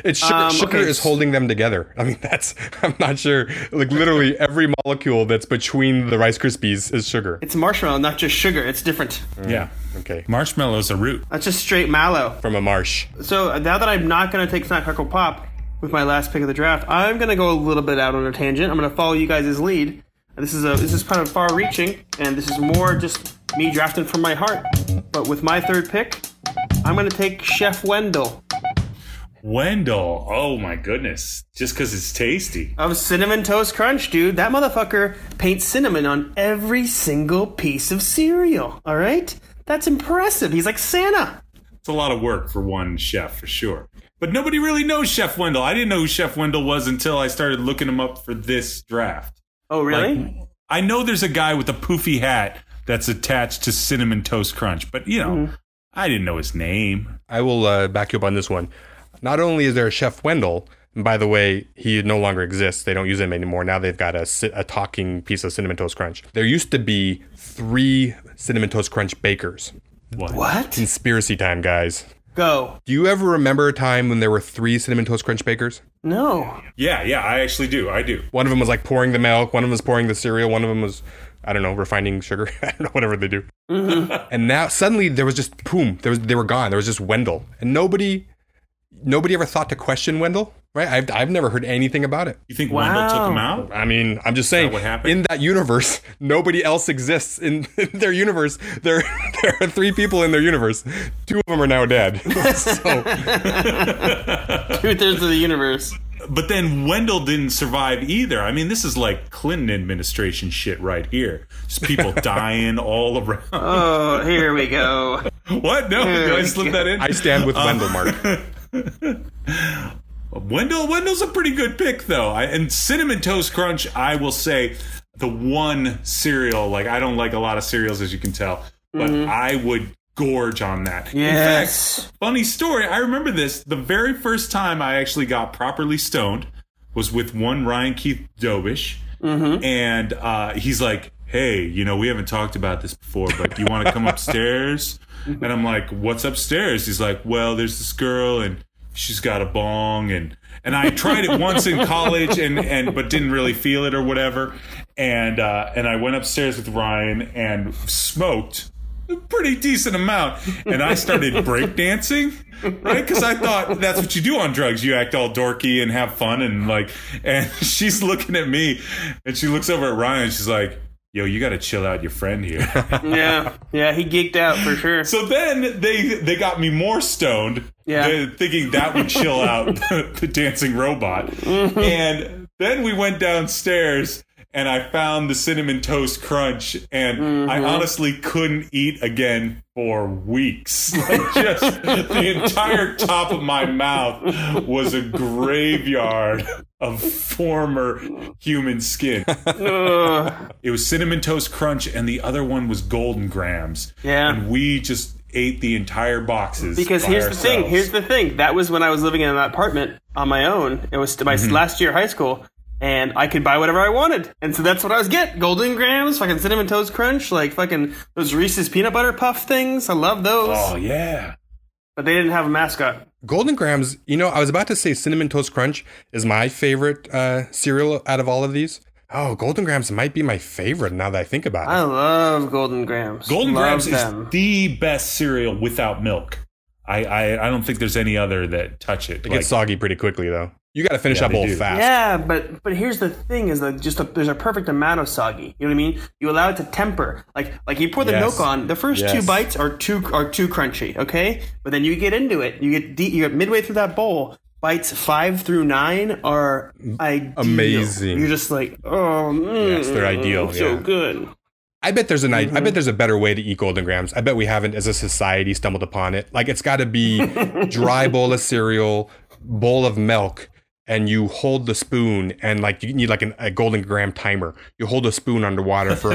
Speaker 2: It's sugar,
Speaker 1: Um,
Speaker 2: sugar
Speaker 1: okay.
Speaker 2: is holding them together. I mean, that's I'm not sure. Like literally every molecule that's between the Rice Krispies is sugar.
Speaker 1: it's marshmallow, not just sugar. It's different.
Speaker 3: Yeah.
Speaker 2: Okay,
Speaker 3: Marshmallows are root.
Speaker 1: That's just straight mallow.
Speaker 2: from a marsh.
Speaker 1: So now that I'm not going to take Snack Crackle Pop with my last pick of the draft, I'm going to go a little bit out on a tangent. I'm going to follow you guys' lead. This is a this is kind of far-reaching, and this is more just me drafting from my heart. But with my third pick, I'm going to take Chef Wendell
Speaker 3: Wendell. Oh my goodness. Just because it's tasty.
Speaker 1: of Cinnamon Toast Crunch, dude. That motherfucker paints cinnamon on every single piece of cereal. All right, that's impressive. He's like Santa.
Speaker 3: It's a lot of work for one chef for sure. But nobody really knows Chef Wendell. I didn't know who Chef Wendell was until I started looking him up for this draft.
Speaker 1: Oh, really?
Speaker 3: I know there's a guy with a poofy hat that's attached to Cinnamon Toast Crunch, but you know,
Speaker 1: Mm-hmm.
Speaker 3: I didn't know his name.
Speaker 2: I will uh, back you up on this one. Not only is there a Chef Wendell, and by the way, he no longer exists. They don't use him anymore. Now they've got a, ci- a talking piece of Cinnamon Toast Crunch. There used to be three Cinnamon Toast Crunch bakers.
Speaker 3: What?
Speaker 1: what?
Speaker 2: Conspiracy time, guys.
Speaker 1: Go.
Speaker 2: Do you ever remember a time when there were three Cinnamon Toast Crunch bakers?
Speaker 1: No.
Speaker 3: Yeah, yeah, I actually do. I do.
Speaker 2: One of them was like pouring the milk, one of them was pouring the cereal, one of them was, I don't know, refining sugar. I don't know, whatever they do.
Speaker 3: Mm-hmm.
Speaker 2: and now suddenly there was just boom, there was they were gone. There was just Wendell, and nobody, nobody ever thought to question Wendell, right? I've I've never heard anything about it.
Speaker 3: You think
Speaker 1: Wow.
Speaker 3: Wendell took him out?
Speaker 2: I mean, I'm just saying.
Speaker 3: that what happened?
Speaker 2: in that universe, nobody else exists. In, in their universe, there there are three people in their universe. Two of them are now dead. so
Speaker 1: Two thirds of the universe.
Speaker 3: But then Wendell didn't survive either. I mean, this is like Clinton administration shit right here. Just people dying all around.
Speaker 1: Oh, here we go.
Speaker 3: what? No, did I slip that in?
Speaker 2: I stand
Speaker 3: Uh,
Speaker 2: with Wendell, Mark.
Speaker 3: Wendell Wendell's a pretty good pick though. I, and cinnamon toast crunch, I will say, the one cereal. Like I don't like a lot of cereals, as you can tell, but I would gorge on that. In
Speaker 1: Yes.
Speaker 3: fact, funny story. I remember this. The very first time I actually got properly stoned was with one Ryan Keith Dobish, and uh, he's like, "Hey, you know, we haven't talked about this before, but you want to come upstairs?" And I'm like, "What's upstairs?" He's like, "Well, there's this girl, and she's got a bong, and and I tried it once in college, and and but didn't really feel it or whatever, and uh, and I went upstairs with Ryan and smoked." a Pretty decent amount, and I started breakdancing, right? Because I thought that's what you do on drugs. You act all dorky and have fun, and like, and she's looking at me, and she looks over at Ryan, and she's like, "Yo, you got to chill out, your friend here."
Speaker 1: Yeah, yeah, he geeked out for sure.
Speaker 3: So then they they got me more stoned,
Speaker 1: Yeah.
Speaker 3: th- thinking that would chill out the, the dancing robot. and then we went downstairs and I found the cinnamon toast crunch, and I honestly couldn't eat again for weeks. Like just the entire top of my mouth was a graveyard of former human skin.
Speaker 1: Ugh.
Speaker 3: It was cinnamon toast crunch, and the other one was golden grams.
Speaker 1: Yeah.
Speaker 3: and we just ate the entire boxes.
Speaker 1: because
Speaker 3: by
Speaker 1: here's the thing.
Speaker 3: ourselves.
Speaker 1: Here's the thing. That was when I was living in an apartment on my own. It was my last year of high school, and I could buy whatever I wanted. And so that's what I was getting: Golden Grams, fucking cinnamon toast crunch, like fucking those Reese's peanut butter puff things. I love those,
Speaker 3: oh yeah,
Speaker 1: but they didn't have a mascot.
Speaker 2: Golden Grams, you know, I was about to say Cinnamon Toast Crunch is my favorite uh, cereal out of all of these. Oh, Golden Grams might be my favorite now that I think about it.
Speaker 1: I love Golden Grams.
Speaker 3: Golden
Speaker 1: love
Speaker 3: Grams
Speaker 1: them.
Speaker 3: is the best cereal without milk. I, I I don't think there's any other that touch it.
Speaker 2: It
Speaker 3: Like,
Speaker 2: gets soggy pretty quickly, though. You got to finish
Speaker 3: Yeah,
Speaker 2: that
Speaker 3: they
Speaker 2: bowl
Speaker 3: do.
Speaker 2: fast.
Speaker 1: Yeah, but but here's the thing: is that just a, there's a perfect amount of soggy. You know what I mean? You allow it to temper. Like like you pour the
Speaker 3: Yes.
Speaker 1: milk on. The first
Speaker 3: Yes.
Speaker 1: two bites are too are too crunchy. Okay, but then you get into it. You get deep. You get midway through that bowl. Bites five through nine are ideal.
Speaker 2: Mm, Amazing.
Speaker 1: You're just like, oh, mm,
Speaker 2: Yes, they're ideal,
Speaker 1: So
Speaker 2: yeah.
Speaker 1: good. Mm-hmm.
Speaker 2: I bet there's an I I bet there's a better way to eat Golden Grams. I bet we haven't, as a society, stumbled upon it. Like it's got to be dry bowl of cereal, bowl of milk, and you hold the spoon, and like you need like an, a Golden Gram timer. You hold a spoon underwater for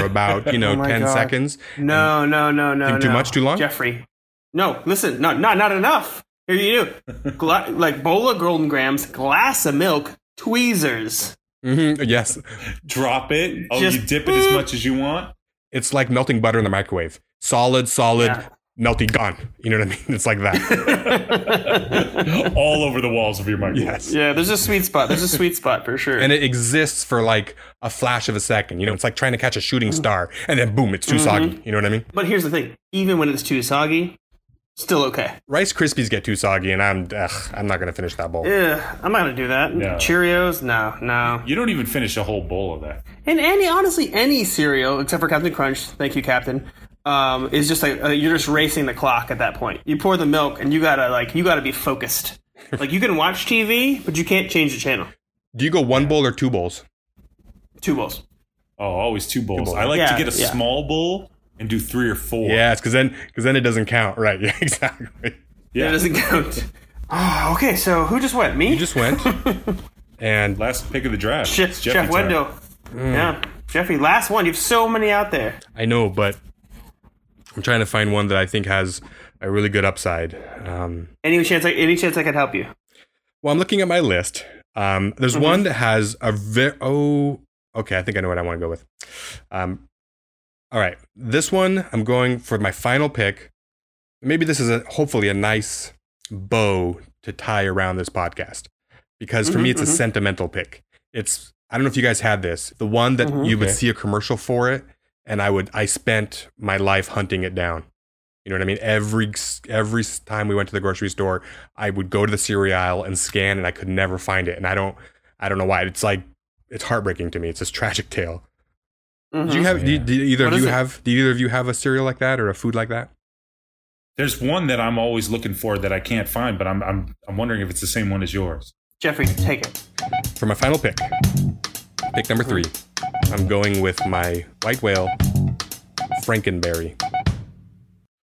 Speaker 2: about you know
Speaker 1: Oh my
Speaker 2: ten
Speaker 1: God.
Speaker 2: seconds.
Speaker 1: No, no, no, no.
Speaker 2: Think too
Speaker 1: no.
Speaker 2: much, too long?
Speaker 1: Jeffrey. No, listen, no, not not enough. Here you do. Gla- like bowl of golden grams, glass of milk, tweezers.
Speaker 2: hmm yes,
Speaker 3: drop it. Oh,
Speaker 1: Just
Speaker 3: you dip it as much as you want.
Speaker 2: it's like melting butter in the microwave. Solid, solid,
Speaker 1: Yeah.
Speaker 2: melty, gone. You know what I mean? It's like that.
Speaker 3: All over the walls of your microwave.
Speaker 2: yes.
Speaker 1: Yeah, there's a sweet spot. There's a sweet spot for sure.
Speaker 2: and it exists for like a flash of a second. You know, it's like trying to catch a shooting star, and then boom, it's too soggy. You know what I mean?
Speaker 1: but here's the thing: even when it's too soggy, still okay.
Speaker 2: Rice Krispies get too soggy, and I'm ugh, I'm not gonna finish that bowl.
Speaker 1: Yeah, I'm not gonna do that.
Speaker 3: No.
Speaker 1: Cheerios, no, no.
Speaker 3: You don't even finish a whole bowl of that.
Speaker 1: And any, honestly, any cereal except for Captain Crunch. Thank you, Captain. Um, is just like uh, you're just racing the clock at that point. You pour the milk, and you gotta like you gotta be focused. like you can watch TV, but you can't change the channel.
Speaker 2: Do you go one bowl or two bowls?
Speaker 1: Two bowls.
Speaker 3: Oh, always two bowls.
Speaker 2: bowls.
Speaker 3: I like
Speaker 1: Yeah,
Speaker 3: to get a
Speaker 1: yeah.
Speaker 3: small bowl and do three or four.
Speaker 2: Yes, because then because then it doesn't count, right? Yeah, exactly.
Speaker 1: That
Speaker 3: yeah.
Speaker 1: doesn't count. Oh, okay, so who just went? Me?
Speaker 2: You just went, and
Speaker 3: Last pick of the draft.
Speaker 1: Chef,
Speaker 3: It's Jeffy
Speaker 1: Chef
Speaker 3: time.
Speaker 1: Wendo. Yeah, Jeffy. Last one. You have so many out there.
Speaker 2: I know, but I'm trying to find one that I think has a really good upside. Um,
Speaker 1: Any chance? I, any chance I could help you?
Speaker 2: Well, I'm looking at my list. Um, there's one that has a very oh okay. I think I know what I want to go with. Um, all right, this one I'm going for my final pick. Maybe this is a hopefully a nice bow to tie around this podcast because for me it's a sentimental pick. It's I don't know if you guys had this the one that you would see a commercial for it, and I would I spent my life hunting it down. You know what I mean? Every every time we went to the grocery store, I would go to the cereal aisle and scan, and I could never find it. And I don't, I don't know why. It's like it's heartbreaking to me. It's this tragic tale.
Speaker 3: Mm-hmm.
Speaker 2: Do you have? Do, do
Speaker 1: Mm-hmm.
Speaker 2: either
Speaker 1: What
Speaker 2: of
Speaker 1: is
Speaker 2: you
Speaker 1: it?
Speaker 2: have? Do either of you have a cereal like that or a food like that?
Speaker 3: There's one that I'm always looking for that I can't find, but I'm I'm I'm wondering if it's the same one as yours.
Speaker 1: Jeffrey, take it.
Speaker 2: For my final pick, pick number three, I'm going with my white whale, Frankenberry.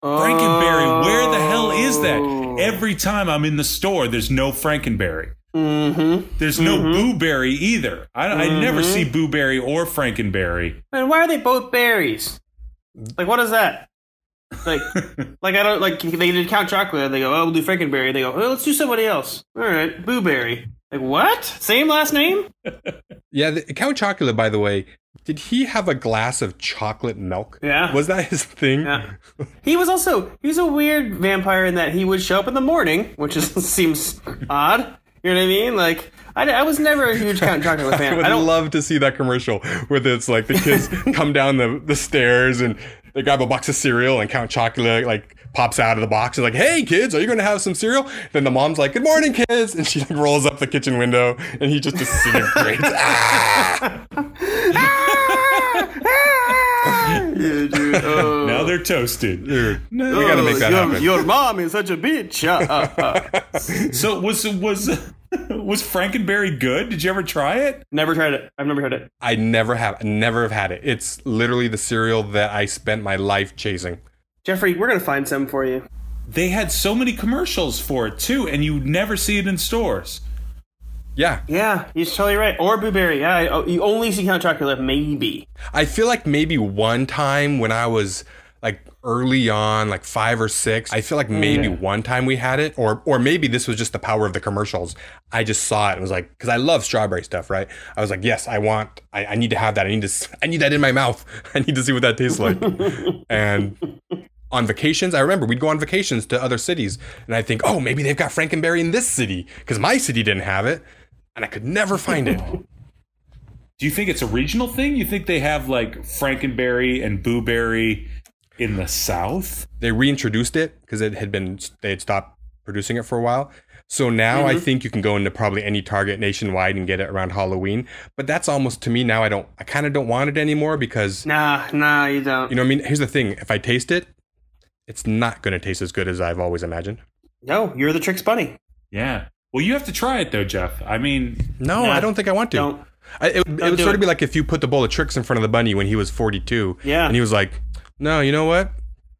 Speaker 3: Frankenberry, where the hell is
Speaker 1: Oh.
Speaker 3: that? Every time I'm in the store, there's no Frankenberry.
Speaker 1: Mm-hmm.
Speaker 3: There's no Booberry either. I, I never see Booberry or Frankenberry.
Speaker 1: And why are they both berries? Like, what is that? Like, like I don't like they did Count Chocolate. and They go, oh, we'll do Frankenberry. They go, oh, let's do somebody else. All right, Booberry. Like what? Same last name?
Speaker 2: Yeah, the, Count Chocula, by the way, did he have a glass of chocolate milk?
Speaker 1: Yeah.
Speaker 2: Was that his thing?
Speaker 1: Yeah. He was also he was a weird vampire in that he would show up in the morning, which is seems odd. You know what I mean? Like I, I was never a huge Count Chocolate
Speaker 2: I
Speaker 1: fan.
Speaker 2: would
Speaker 1: I don't.
Speaker 2: love to see that commercial where it's like the kids come down the, the stairs and they grab a box of cereal and Count Chocula like pops out of the box and like, hey kids, are you gonna have some cereal? Then the mom's like, good morning kids, and she like rolls up the kitchen window and he just disintegrates. ah!
Speaker 1: yeah, dude. Oh.
Speaker 3: Now they're toasted.
Speaker 2: We gotta make that
Speaker 1: your,
Speaker 2: happen.
Speaker 1: your mom is such a bitch. Uh, uh, uh.
Speaker 3: So was was was Frankenberry good? Did you ever try it?
Speaker 1: Never tried it. I've never heard it.
Speaker 2: I never have, never have had it. It's literally the cereal that I spent my life chasing.
Speaker 1: Jeffrey, we're gonna find some for you.
Speaker 3: They had so many commercials for it too, and you never see it in stores.
Speaker 2: Yeah,
Speaker 1: Yeah, you're totally right. Or blueberry. Yeah, I- oh, you only see Count Chocula maybe.
Speaker 2: I feel like maybe one time when I was like early on, like five or six, I feel like maybe one time we had it, or or maybe this was just the power of the commercials. I just saw it and was like, because I love strawberry stuff, right? I was like, yes, I want, I, I need to have that. I need to, s- I need that in my mouth. I need to see what that tastes like. and on vacations. I remember we'd go on vacations to other cities, and I think, oh, maybe they've got Frankenberry in this city because my city didn't have it, and I could never find it.
Speaker 3: Do you think it's a regional thing? You think they have like Frankenberry and Booberry in the South?
Speaker 2: they reintroduced it because it had been they had stopped producing it for a while. So now I think you can go into probably any Target nationwide and get it around Halloween. But that's almost to me now. I don't. I kind of don't want it anymore because
Speaker 1: Nah, nah, you don't.
Speaker 2: you know. what I mean, here's the thing: if I taste it, it's not going to taste as good as I've always imagined.
Speaker 1: no, you're the Tricks Bunny.
Speaker 3: Yeah. Well, you have to try it though, Jeff. I mean,
Speaker 2: No, I don't think I want to.
Speaker 1: Don't.
Speaker 2: I, it, would- it would
Speaker 1: do
Speaker 2: sort
Speaker 1: it.
Speaker 2: of be like if you put the bowl of tricks in front of the bunny when he was 42.
Speaker 1: Yeah.
Speaker 2: And he was like, no, you know what?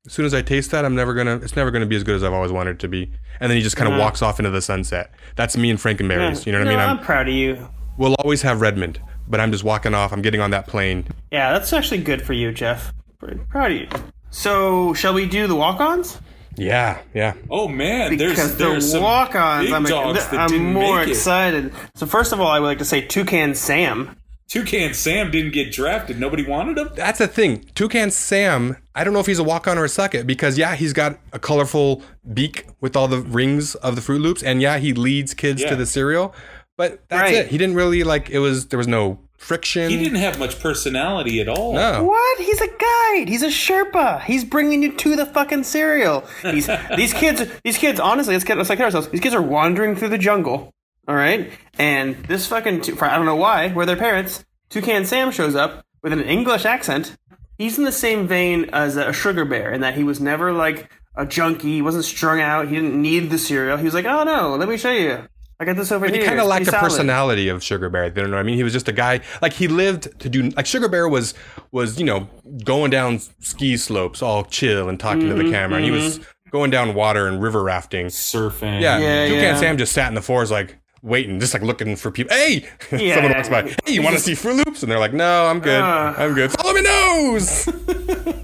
Speaker 2: As soon as I taste that, I'm never going to, it's never going to be as good as I've always wanted it to be. And then he just kind of walks off into the sunset. That's me and Frankenberries. You know what I
Speaker 1: No,
Speaker 2: mean?
Speaker 1: I'm,
Speaker 2: I'm,
Speaker 1: proud of you.
Speaker 2: we'll always have Redmond, but I'm just walking off. I'm getting on that plane.
Speaker 1: Yeah, that's actually good for you, Jeff. Pr- Proud of you. So, shall we do the walk-ons?
Speaker 2: Yeah. Yeah.
Speaker 3: oh man,
Speaker 1: Because
Speaker 3: there's there's
Speaker 1: the
Speaker 3: some
Speaker 1: walk-ons,
Speaker 3: big
Speaker 1: I'm,
Speaker 3: dogs that
Speaker 1: I'm
Speaker 3: didn't
Speaker 1: more
Speaker 3: make it.
Speaker 1: excited. So, first of all, I would like to say Toucan Sam.
Speaker 3: Toucan Sam didn't get drafted. Nobody wanted him.
Speaker 2: That's the thing. Toucan Sam, I don't know if he's a walk on or a suck it because, yeah, he's got a colorful beak with all the rings of the Fruit Loops. And yeah, he leads kids
Speaker 3: Yeah.
Speaker 2: to the cereal. But that's
Speaker 1: Right.
Speaker 2: it. He didn't really like it was, there was no friction.
Speaker 3: He didn't have much personality at all.
Speaker 2: No.
Speaker 1: What? He's a guide. He's a Sherpa. He's bringing you to the fucking cereal. He's, these kids, these kids, honestly, let's get, let's not kid ourselves. These kids are wandering through the jungle. All right. And this fucking, tou- I don't know why, where their parents, Toucan Sam shows up with an English accent. He's in the same vein as a sugar bear in that he was never like a junkie. He wasn't strung out. He didn't need the cereal. He was like, oh no, let me show you. I got this over
Speaker 2: He
Speaker 1: here.
Speaker 2: kind of
Speaker 1: It's
Speaker 2: lacked
Speaker 1: pretty
Speaker 2: the
Speaker 1: solid."
Speaker 2: personality of Sugar Bear. You know what I mean? He was just a guy. Like he lived to do. Like Sugar Bear was was you know going down ski slopes all chill and talking
Speaker 3: Mm-hmm,
Speaker 2: to the camera. And he was going down water and river rafting.
Speaker 3: Surfing.
Speaker 2: Yeah,
Speaker 1: Yeah,
Speaker 2: Toucan
Speaker 1: yeah.
Speaker 2: Sam just sat in the forest like waiting, just like looking for people. Hey, someone
Speaker 1: Yeah.
Speaker 2: walks by. Hey, you want to see Fruit Loops? And they're like, No, I'm good.
Speaker 1: Uh.
Speaker 2: I'm good. Follow my nose.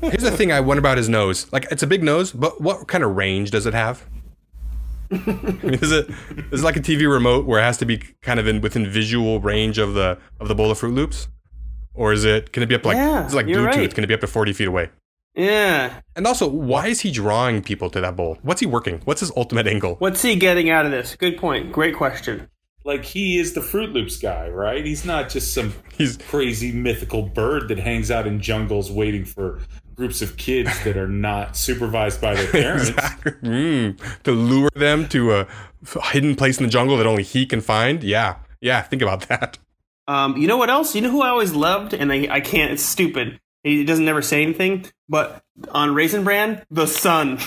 Speaker 2: Here's the thing I wonder about his nose. Like it's a big nose, but what kind of range does it have? I mean, is it is it like a TV remote where it has to be kind of in within visual range of the of the bowl of Fruit Loops, or is it can it be up like
Speaker 1: Yeah,
Speaker 2: it's like
Speaker 1: you're
Speaker 2: Bluetooth?
Speaker 1: right.
Speaker 2: Can it be up to forty feet away?
Speaker 1: Yeah.
Speaker 2: And also, why is he drawing people to that bowl? What's he working? What's his ultimate angle?
Speaker 1: What's he getting out of this? Good point. Great question.
Speaker 3: Like he is the Fruit Loops guy, right? He's not just some
Speaker 2: He's
Speaker 3: crazy mythical bird that hangs out in jungles waiting for groups of kids that are not supervised by their parents.
Speaker 2: Mm, to lure them to a f- hidden place in the jungle that only he can find. Yeah, yeah. Think about that.
Speaker 1: Um, you know what else? You know who I always loved, and I, I can't. It's stupid. He doesn't never say anything, but on Raisin Bran, the sun.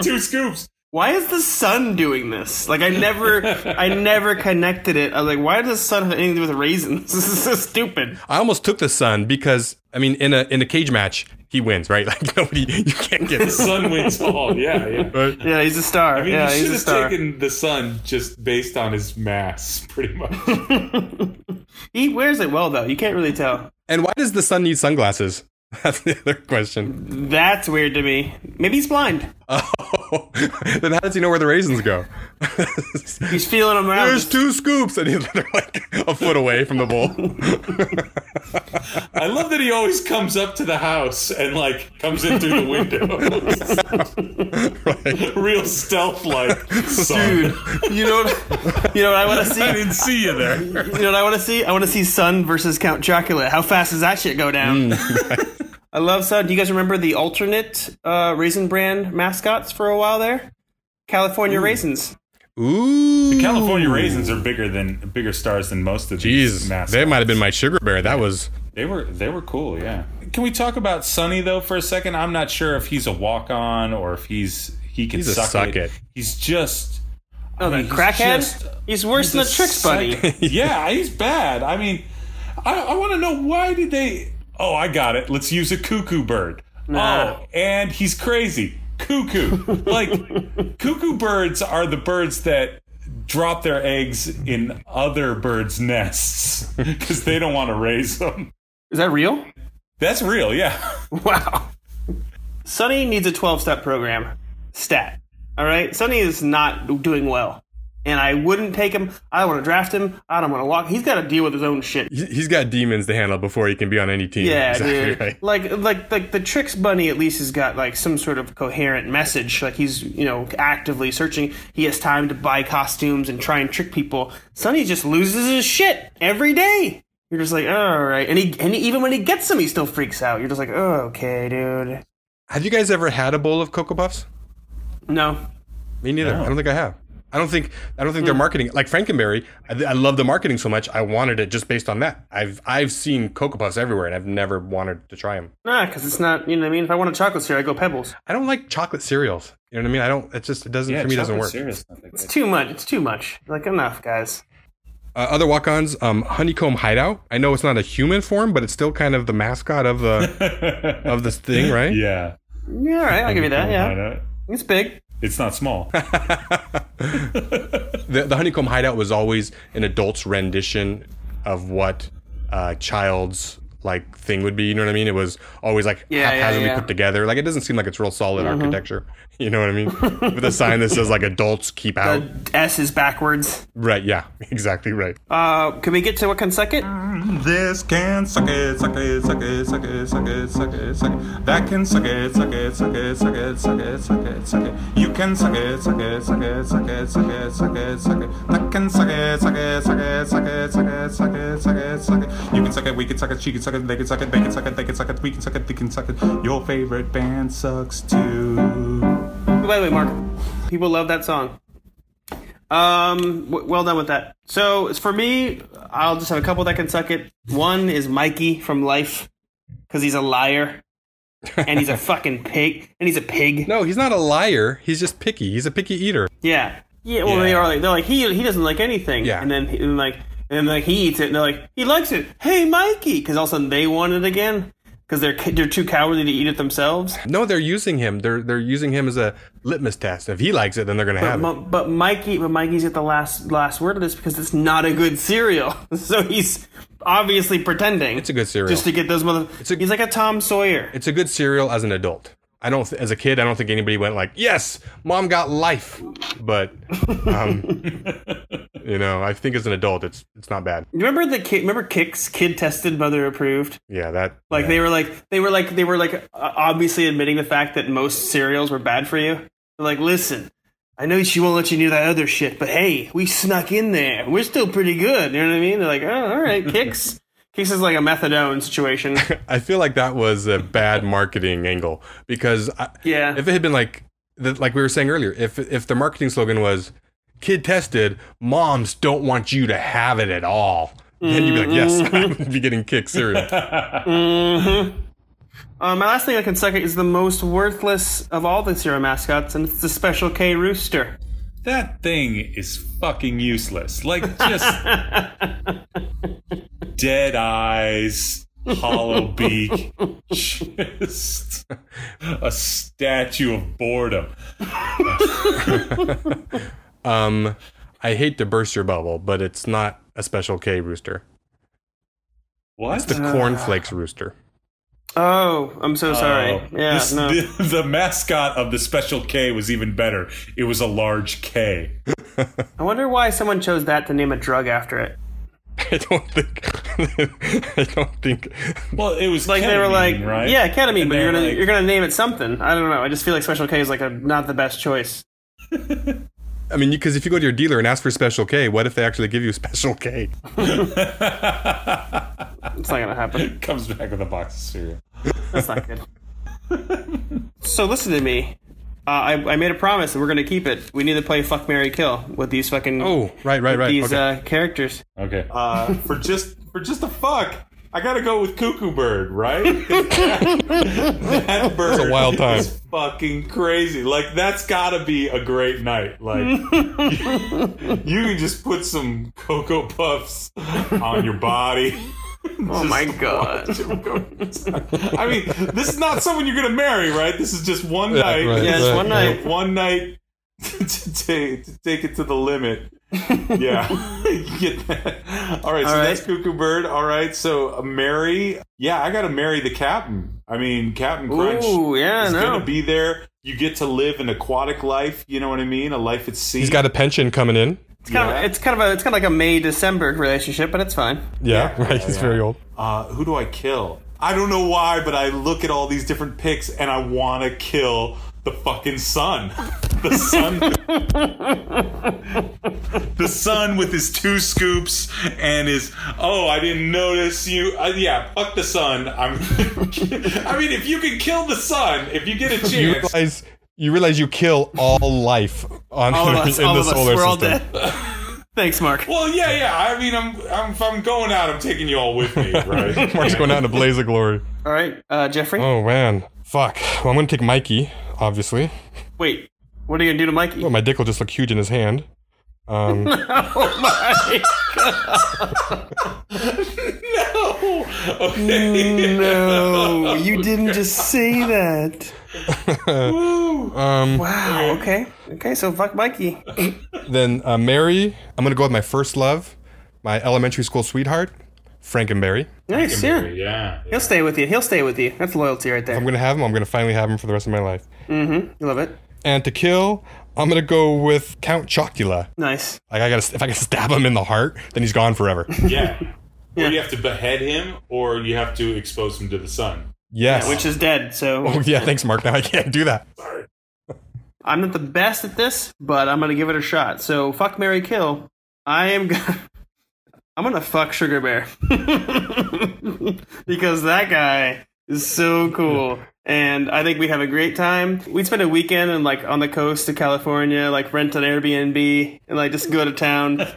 Speaker 3: Two scoops.
Speaker 1: why is the sun doing this? Like I never, I never connected it. I was like, why does the sun have anything to do with raisins? This is so stupid.
Speaker 2: I almost took the sun because I mean, in a in a cage match, he wins, right? Like nobody, you can't get.
Speaker 3: The sun wins all. Yeah, yeah.
Speaker 2: Right?
Speaker 1: Yeah, he's a star.
Speaker 3: I mean,
Speaker 1: yeah,
Speaker 3: you
Speaker 1: he's
Speaker 3: should
Speaker 1: a
Speaker 3: have
Speaker 1: star.
Speaker 3: taken the sun just based on his mass, pretty much.
Speaker 1: he wears it well though. You can't really tell.
Speaker 2: And why does the sun need sunglasses? That's the other question.
Speaker 1: That's weird to me. Maybe he's blind.
Speaker 2: Oh, then how does he know where the raisins go?
Speaker 1: He's feeling them around.
Speaker 2: There's two scoops, and they're like a foot away from the bowl.
Speaker 3: I love that he always comes up to the house and like comes in through the window,
Speaker 2: right.
Speaker 3: real stealth like.
Speaker 1: Dude, you know, you know what I want to see.
Speaker 3: see you there.
Speaker 1: You know what I want to see? I want to see Sun versus Count Chocula. How fast does that shit go down? I love Sun. Do you guys remember the alternate uh, Raisin Brand mascots for a while there? California Raisins.
Speaker 2: Ooh,
Speaker 3: California raisins are bigger than bigger stars than most of these.
Speaker 2: Jeez,
Speaker 3: mascots.
Speaker 2: they might have been my sugar bear. That was
Speaker 3: They were they were cool, yeah. Can we talk about Sonny though for a second? I'm not sure if he's a walk on or if he's he can
Speaker 2: He's a
Speaker 3: suck,
Speaker 2: suck
Speaker 3: it.
Speaker 2: it.
Speaker 3: He's just
Speaker 1: Oh, that
Speaker 3: mean, he's
Speaker 1: crackhead?
Speaker 3: just-
Speaker 1: he's worse than a tricks buddy.
Speaker 3: yeah, he's bad. I mean, I, I want to know why did they? Oh, I got it. Let's use a cuckoo bird.
Speaker 1: Nah.
Speaker 3: Oh, and he's crazy. Cuckoo. like cuckoo birds are the birds that drop their eggs in other birds' nests because they don't want to raise them.
Speaker 1: Is that real?
Speaker 3: That's real, yeah.
Speaker 1: Wow. Sonny needs a 12 step program. Stat. All right? Sonny is not doing well. and I wouldn't take him. I don't want to draft him. I don't want to walk. He's got to deal with his own shit.
Speaker 2: He- He's got demons to handle before he can be on any team.
Speaker 1: Yeah,
Speaker 2: Exactly
Speaker 1: dude.
Speaker 2: right.
Speaker 1: Like, like, like the Tricks Bunny at least has got like some sort of coherent message. Like he's you know actively searching. He has time to buy costumes and try and trick people. Sonny just loses his shit every day. You're just like, all right, and he and he, even when he gets them, he still freaks out. You're just like, oh, okay, dude.
Speaker 2: Have you guys ever had a bowl of Cocoa Puffs?
Speaker 1: No, Hmm.
Speaker 2: Me neither. I don't think I have. I don't think I don't think they're marketing like Frankenberry. I, I love the marketing so much. I wanted it just based on that. I've I've seen Cocoa Puffs everywhere, and I've never wanted to try them.
Speaker 1: nah, because it's not. You know what I mean? If I want a chocolate cereal, I go Pebbles.
Speaker 2: I don't like chocolate cereals. You know what I mean? I don't. It just it doesn't
Speaker 3: Yeah,
Speaker 2: for me. it Doesn't
Speaker 3: chocolate
Speaker 2: work.
Speaker 3: cereal's not that
Speaker 1: It's
Speaker 3: good.
Speaker 1: too much. It's too much. Like enough, guys.
Speaker 2: Uh, other walk-ons, um, Honeycomb Hideout. I know it's not a human form, but it's still kind of the mascot of the of this thing, right?
Speaker 3: Yeah.
Speaker 1: Yeah, all right, I'll give you that.
Speaker 3: I
Speaker 1: Yeah,
Speaker 3: know.
Speaker 1: it's big.
Speaker 3: It's not small.
Speaker 2: The, the Honeycomb Hideout was always an adult's rendition of what a child's like thing would be. You know what I mean? It was always like
Speaker 1: Yeah, yeah,
Speaker 2: haphazardly
Speaker 1: yeah. Mm-hmm.
Speaker 2: put together. Like it doesn't seem like it's real solid architecture. You know what I mean? With a sign that says like adults keep out.
Speaker 1: The Uh, S is backwards.
Speaker 2: right? Yeah, exactly right.
Speaker 1: Uh, can we get to what comes second?
Speaker 3: This can suck it, suck it, suck it, suck it, suck it, suck it, suck it. That can suck it, suck it, suck it, suck it, suck it, suck it, suck it. You can suck it, suck it, suck it, suck it, suck it, suck it, suck it. That can suck it, suck it, suck it, suck it, suck it, suck it, suck it, suck it. You can suck it, we can suck it, she can suck it, they can suck it, they can suck it, they can suck it, we can suck it, they can suck it. Your favorite band sucks too.
Speaker 1: By the way, Mark, people love that song. Um, w- well done with that. So as for me, I'll just have a couple that can suck it. One is Mikey from Life, because he's a liar, and he's a fucking pig, and he's a pig.
Speaker 2: No, he's not a liar. He's just picky. He's a picky eater.
Speaker 1: Yeah. Yeah. Well, they
Speaker 3: Yeah.
Speaker 1: are like they're like he he doesn't like anything.
Speaker 2: Yeah.
Speaker 1: And then he- and like and like he eats it and they're like he likes it. Hey, Mikey, because all of a sudden they want it again because they're ca- they're too cowardly to eat it themselves.
Speaker 2: No, they're using him. They're they're using him as a litmus test. If he likes it, then they're gonna have it.
Speaker 1: But, but Mikey, but Mikey's at the last last word of this because it's not a good cereal. So he's obviously pretending.
Speaker 2: It's a good cereal.
Speaker 1: just to get those mother.
Speaker 2: a-
Speaker 1: he's like a Tom Sawyer.
Speaker 2: it's a good cereal as an adult. I don't, as a kid, I don't think anybody went like, "Yes, mom got life," but um, you know, I think as an adult, it's it's not bad.
Speaker 1: You remember the kid? Remember Kicks? Kid tested, mother approved.
Speaker 2: Yeah, that
Speaker 1: Like they were like they were like they were like uh, obviously admitting the fact that most cereals were bad for you. They're like, listen, I know she won't let you do that other shit, but hey, we snuck in there. We're still pretty good. You know what I mean? They're like, oh, all right, kicks. kicks is like a methadone situation.
Speaker 2: I feel like that was a bad marketing angle because I,
Speaker 1: Yeah.
Speaker 2: if it had been like that, like we were saying earlier, if if the marketing slogan was "Kid tested, moms don't want you to have it at all," then you'd be like, "Yes, I'm gonna be getting kicked cereal."
Speaker 1: Uh, my last thing I can suck at is the most worthless of all the cereal mascots, and it's the Special K Rooster.
Speaker 3: That thing is fucking useless. Like just dead eyes, hollow beak, just a statue of boredom.
Speaker 2: Um, I hate to burst your bubble, but it's not a special K rooster.
Speaker 3: What?
Speaker 2: It's the
Speaker 1: Uh.
Speaker 2: cornflakes rooster.
Speaker 1: Oh, I'm so sorry. yeah,
Speaker 3: This-
Speaker 1: no.
Speaker 3: the, the mascot of the special K was even better. It was a large K.
Speaker 1: I wonder why someone chose that to name a drug after it.
Speaker 2: I don't think. I don't think.
Speaker 3: Well, it was
Speaker 1: Like they were like,
Speaker 3: ketamine, right?
Speaker 1: yeah, ketamine,
Speaker 3: And
Speaker 1: but
Speaker 3: they
Speaker 1: you're
Speaker 3: were
Speaker 1: gonna
Speaker 3: like-
Speaker 1: you're gonna name it something. I don't know. I just feel like Special K is like a not the best choice.
Speaker 2: I mean, because if you go to your dealer and ask for Special K, what if they actually give you Special K?
Speaker 1: It's not gonna happen.
Speaker 3: comes back with a box of cereal.
Speaker 1: That's not good. so listen to me. Uh, I, I made a promise, and we're gonna keep it. We need to play Fuck Mary Kill with these fucking
Speaker 2: Oh, right, right, right.
Speaker 1: these uh,
Speaker 2: Okay.
Speaker 1: characters.
Speaker 3: Okay. Uh, for just for just a fuck, I gotta go with Cuckoo Bird, right? that, that bird
Speaker 2: a wild time.
Speaker 3: is fucking crazy. Like that's gotta be a great night. Like you can just put some cocoa puffs on your body.
Speaker 1: Oh my god.
Speaker 3: I mean, this is not someone you're gonna marry, right? This is just one
Speaker 2: Yeah,
Speaker 3: night.
Speaker 2: right,
Speaker 1: Yeah, it's
Speaker 2: right,
Speaker 1: one
Speaker 2: right.
Speaker 1: night.
Speaker 3: One night to take to take it to the limit. Yeah, you get that. All right, so
Speaker 1: All right.
Speaker 3: that's Cuckoo Bird. All right, so uh, Mary. Yeah, I gotta marry the captain. I mean, Captain Crunch
Speaker 1: Ooh, yeah,
Speaker 3: is
Speaker 1: no.
Speaker 3: gonna be there. You get to live an aquatic life. You know what I mean? A life at sea.
Speaker 2: He's got a pension coming in.
Speaker 1: It's kind
Speaker 3: Yeah.
Speaker 1: of it's kind of a it's kind of like a May December relationship, but it's fine.
Speaker 2: Yeah, right. He's very old.
Speaker 1: Oh,
Speaker 3: Uh, who do I kill? I don't know why, but I look at all these different picks and I want to kill the fucking sun. The sun. the sun with his two scoops and his, oh, I didn't notice you. Uh, yeah, fuck the sun. I'm. I mean, if you can kill the sun, if you get a
Speaker 2: You
Speaker 3: chance.
Speaker 2: realize you realize you kill all life on
Speaker 1: All of us,
Speaker 2: in
Speaker 1: all
Speaker 2: the
Speaker 1: of us,
Speaker 2: solar
Speaker 1: we're all
Speaker 2: system.
Speaker 1: dead. Thanks, Mark.
Speaker 3: Well, yeah, yeah. I mean, I'm, I'm, if I'm going out, I'm taking you all with me, right?
Speaker 2: Mark's going out in a blaze of glory.
Speaker 1: All right, uh, Jeffrey.
Speaker 2: Oh man, fuck. Well, I'm gonna take Mikey. Obviously,
Speaker 1: Wait, what are you gonna do to Mikey?
Speaker 2: my dick will just look huge in his hand. Um,
Speaker 1: Oh my!
Speaker 3: no. Okay.
Speaker 1: no, you didn't just say that.
Speaker 2: um,
Speaker 1: Wow. Okay. Okay. So fuck Mikey.
Speaker 2: then uh, Mary. I'm gonna go with my first love, my elementary school sweetheart, Frankenberry.
Speaker 1: Nice. Yeah.
Speaker 3: Yeah.
Speaker 1: He'll stay with you. He'll stay with you. That's loyalty right there.
Speaker 2: I'm gonna have him. I'm gonna finally have him for the rest of my life.
Speaker 1: You love it.
Speaker 2: And to kill, I'm gonna go with Count Chocula.
Speaker 1: Nice.
Speaker 2: Like I gotta, if I can stab him in the heart, then he's gone forever.
Speaker 3: Yeah. Or you have to behead him, or you have to expose him to the sun.
Speaker 2: Yes.
Speaker 1: Which is dead. So
Speaker 2: Oh, yeah, thanks, Mark. Now I can't do that.
Speaker 1: I'm not the best at this, but I'm gonna give it a shot. So fuck Mary Kill. I am gonna. I'm gonna fuck Sugar Bear because that guy is so cool, and I think we have a great time. We'd spend a weekend and like on the coast of California, like rent an Airbnb and like just go to town,
Speaker 2: Dude,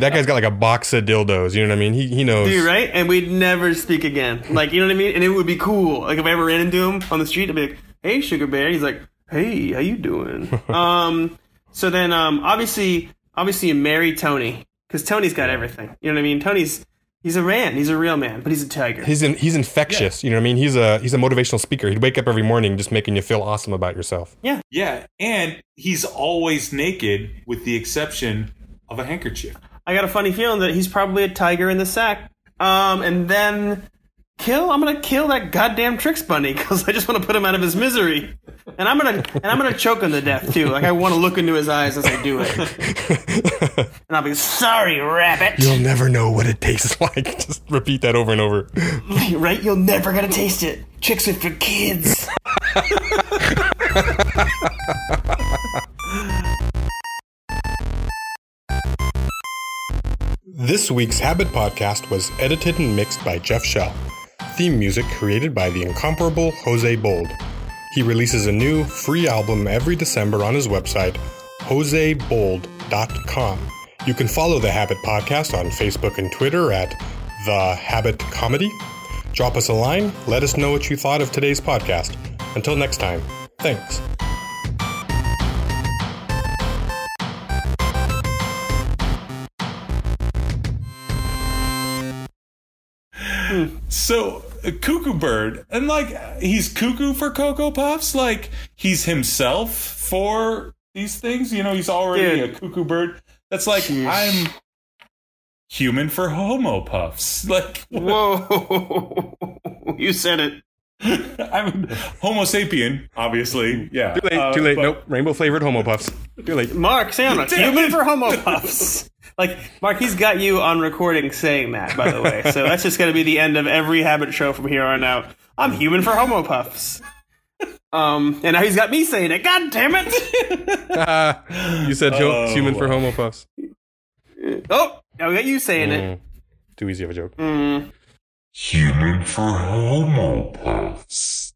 Speaker 2: that guy's got like a box of dildos. You know what I mean? He, he knows.
Speaker 1: dude, right? And we'd never speak again. Like you know what I mean? And it would be cool. Like if I ever ran into him on the street, I'd be like, "Hey, Sugar Bear." He's like, "Hey, how you doing?" um. So then, um, obviously, obviously, you marry Tony because Tony's got everything. You know what I mean? Tony's he's a man. He's a real man, but he's a tiger.
Speaker 2: He's in, he's infectious. You know what I mean? He's a he's a motivational speaker. He'd wake up every morning just making you feel awesome about yourself.
Speaker 3: Yeah, and he's always naked, with the exception of a handkerchief.
Speaker 1: I got a funny feeling that he's probably a tiger in the sack. Um, and then kill. I'm gonna kill that goddamn Tricks Bunny because I just want to put him out of his misery. And I'm gonna and I'm gonna choke him to death too. Like I want to look into his eyes as I do it, and I'll be sorry, rabbit.
Speaker 2: You'll never know what it tastes like. Just repeat that over and over.
Speaker 1: right? You'll never gonna taste it. Tricks are for kids.
Speaker 2: This week's Habit Podcast was edited and mixed by Jeff Shell. Theme music created by the incomparable Jose Bold. He releases a new free album every December on his website, josebold.com. You can follow The Habit Podcast on Facebook and Twitter at The Habit Comedy. Drop us a line, let us know what you thought of today's podcast. Until next time, thanks.
Speaker 3: So, a cuckoo bird, and like he's cuckoo for Cocoa Puffs. Like he's himself for these things. You know, he's already
Speaker 1: Dude.
Speaker 3: a cuckoo bird. That's like
Speaker 1: Sheesh.
Speaker 3: I'm human for Homo Puffs. Like
Speaker 1: Whoa! You said it.
Speaker 3: I'm Homo sapien, obviously. Yeah. Uh, but-
Speaker 2: Rainbow flavored Homo Puffs. Too late.
Speaker 1: Mark, say I'm a
Speaker 3: Damn
Speaker 1: human
Speaker 3: it.
Speaker 1: for Homo Puffs. Like, Mark, he's got you on recording saying that, by the way. So that's just going to be the end of every habit show from here on out. I'm human for Homo Puffs. Um, and now he's got me saying it. God damn it.
Speaker 2: you said
Speaker 3: Oh. human for
Speaker 2: Homo Puffs.
Speaker 1: Oh, now we got you saying it.
Speaker 2: Too easy of a joke.
Speaker 3: human for homo puffs.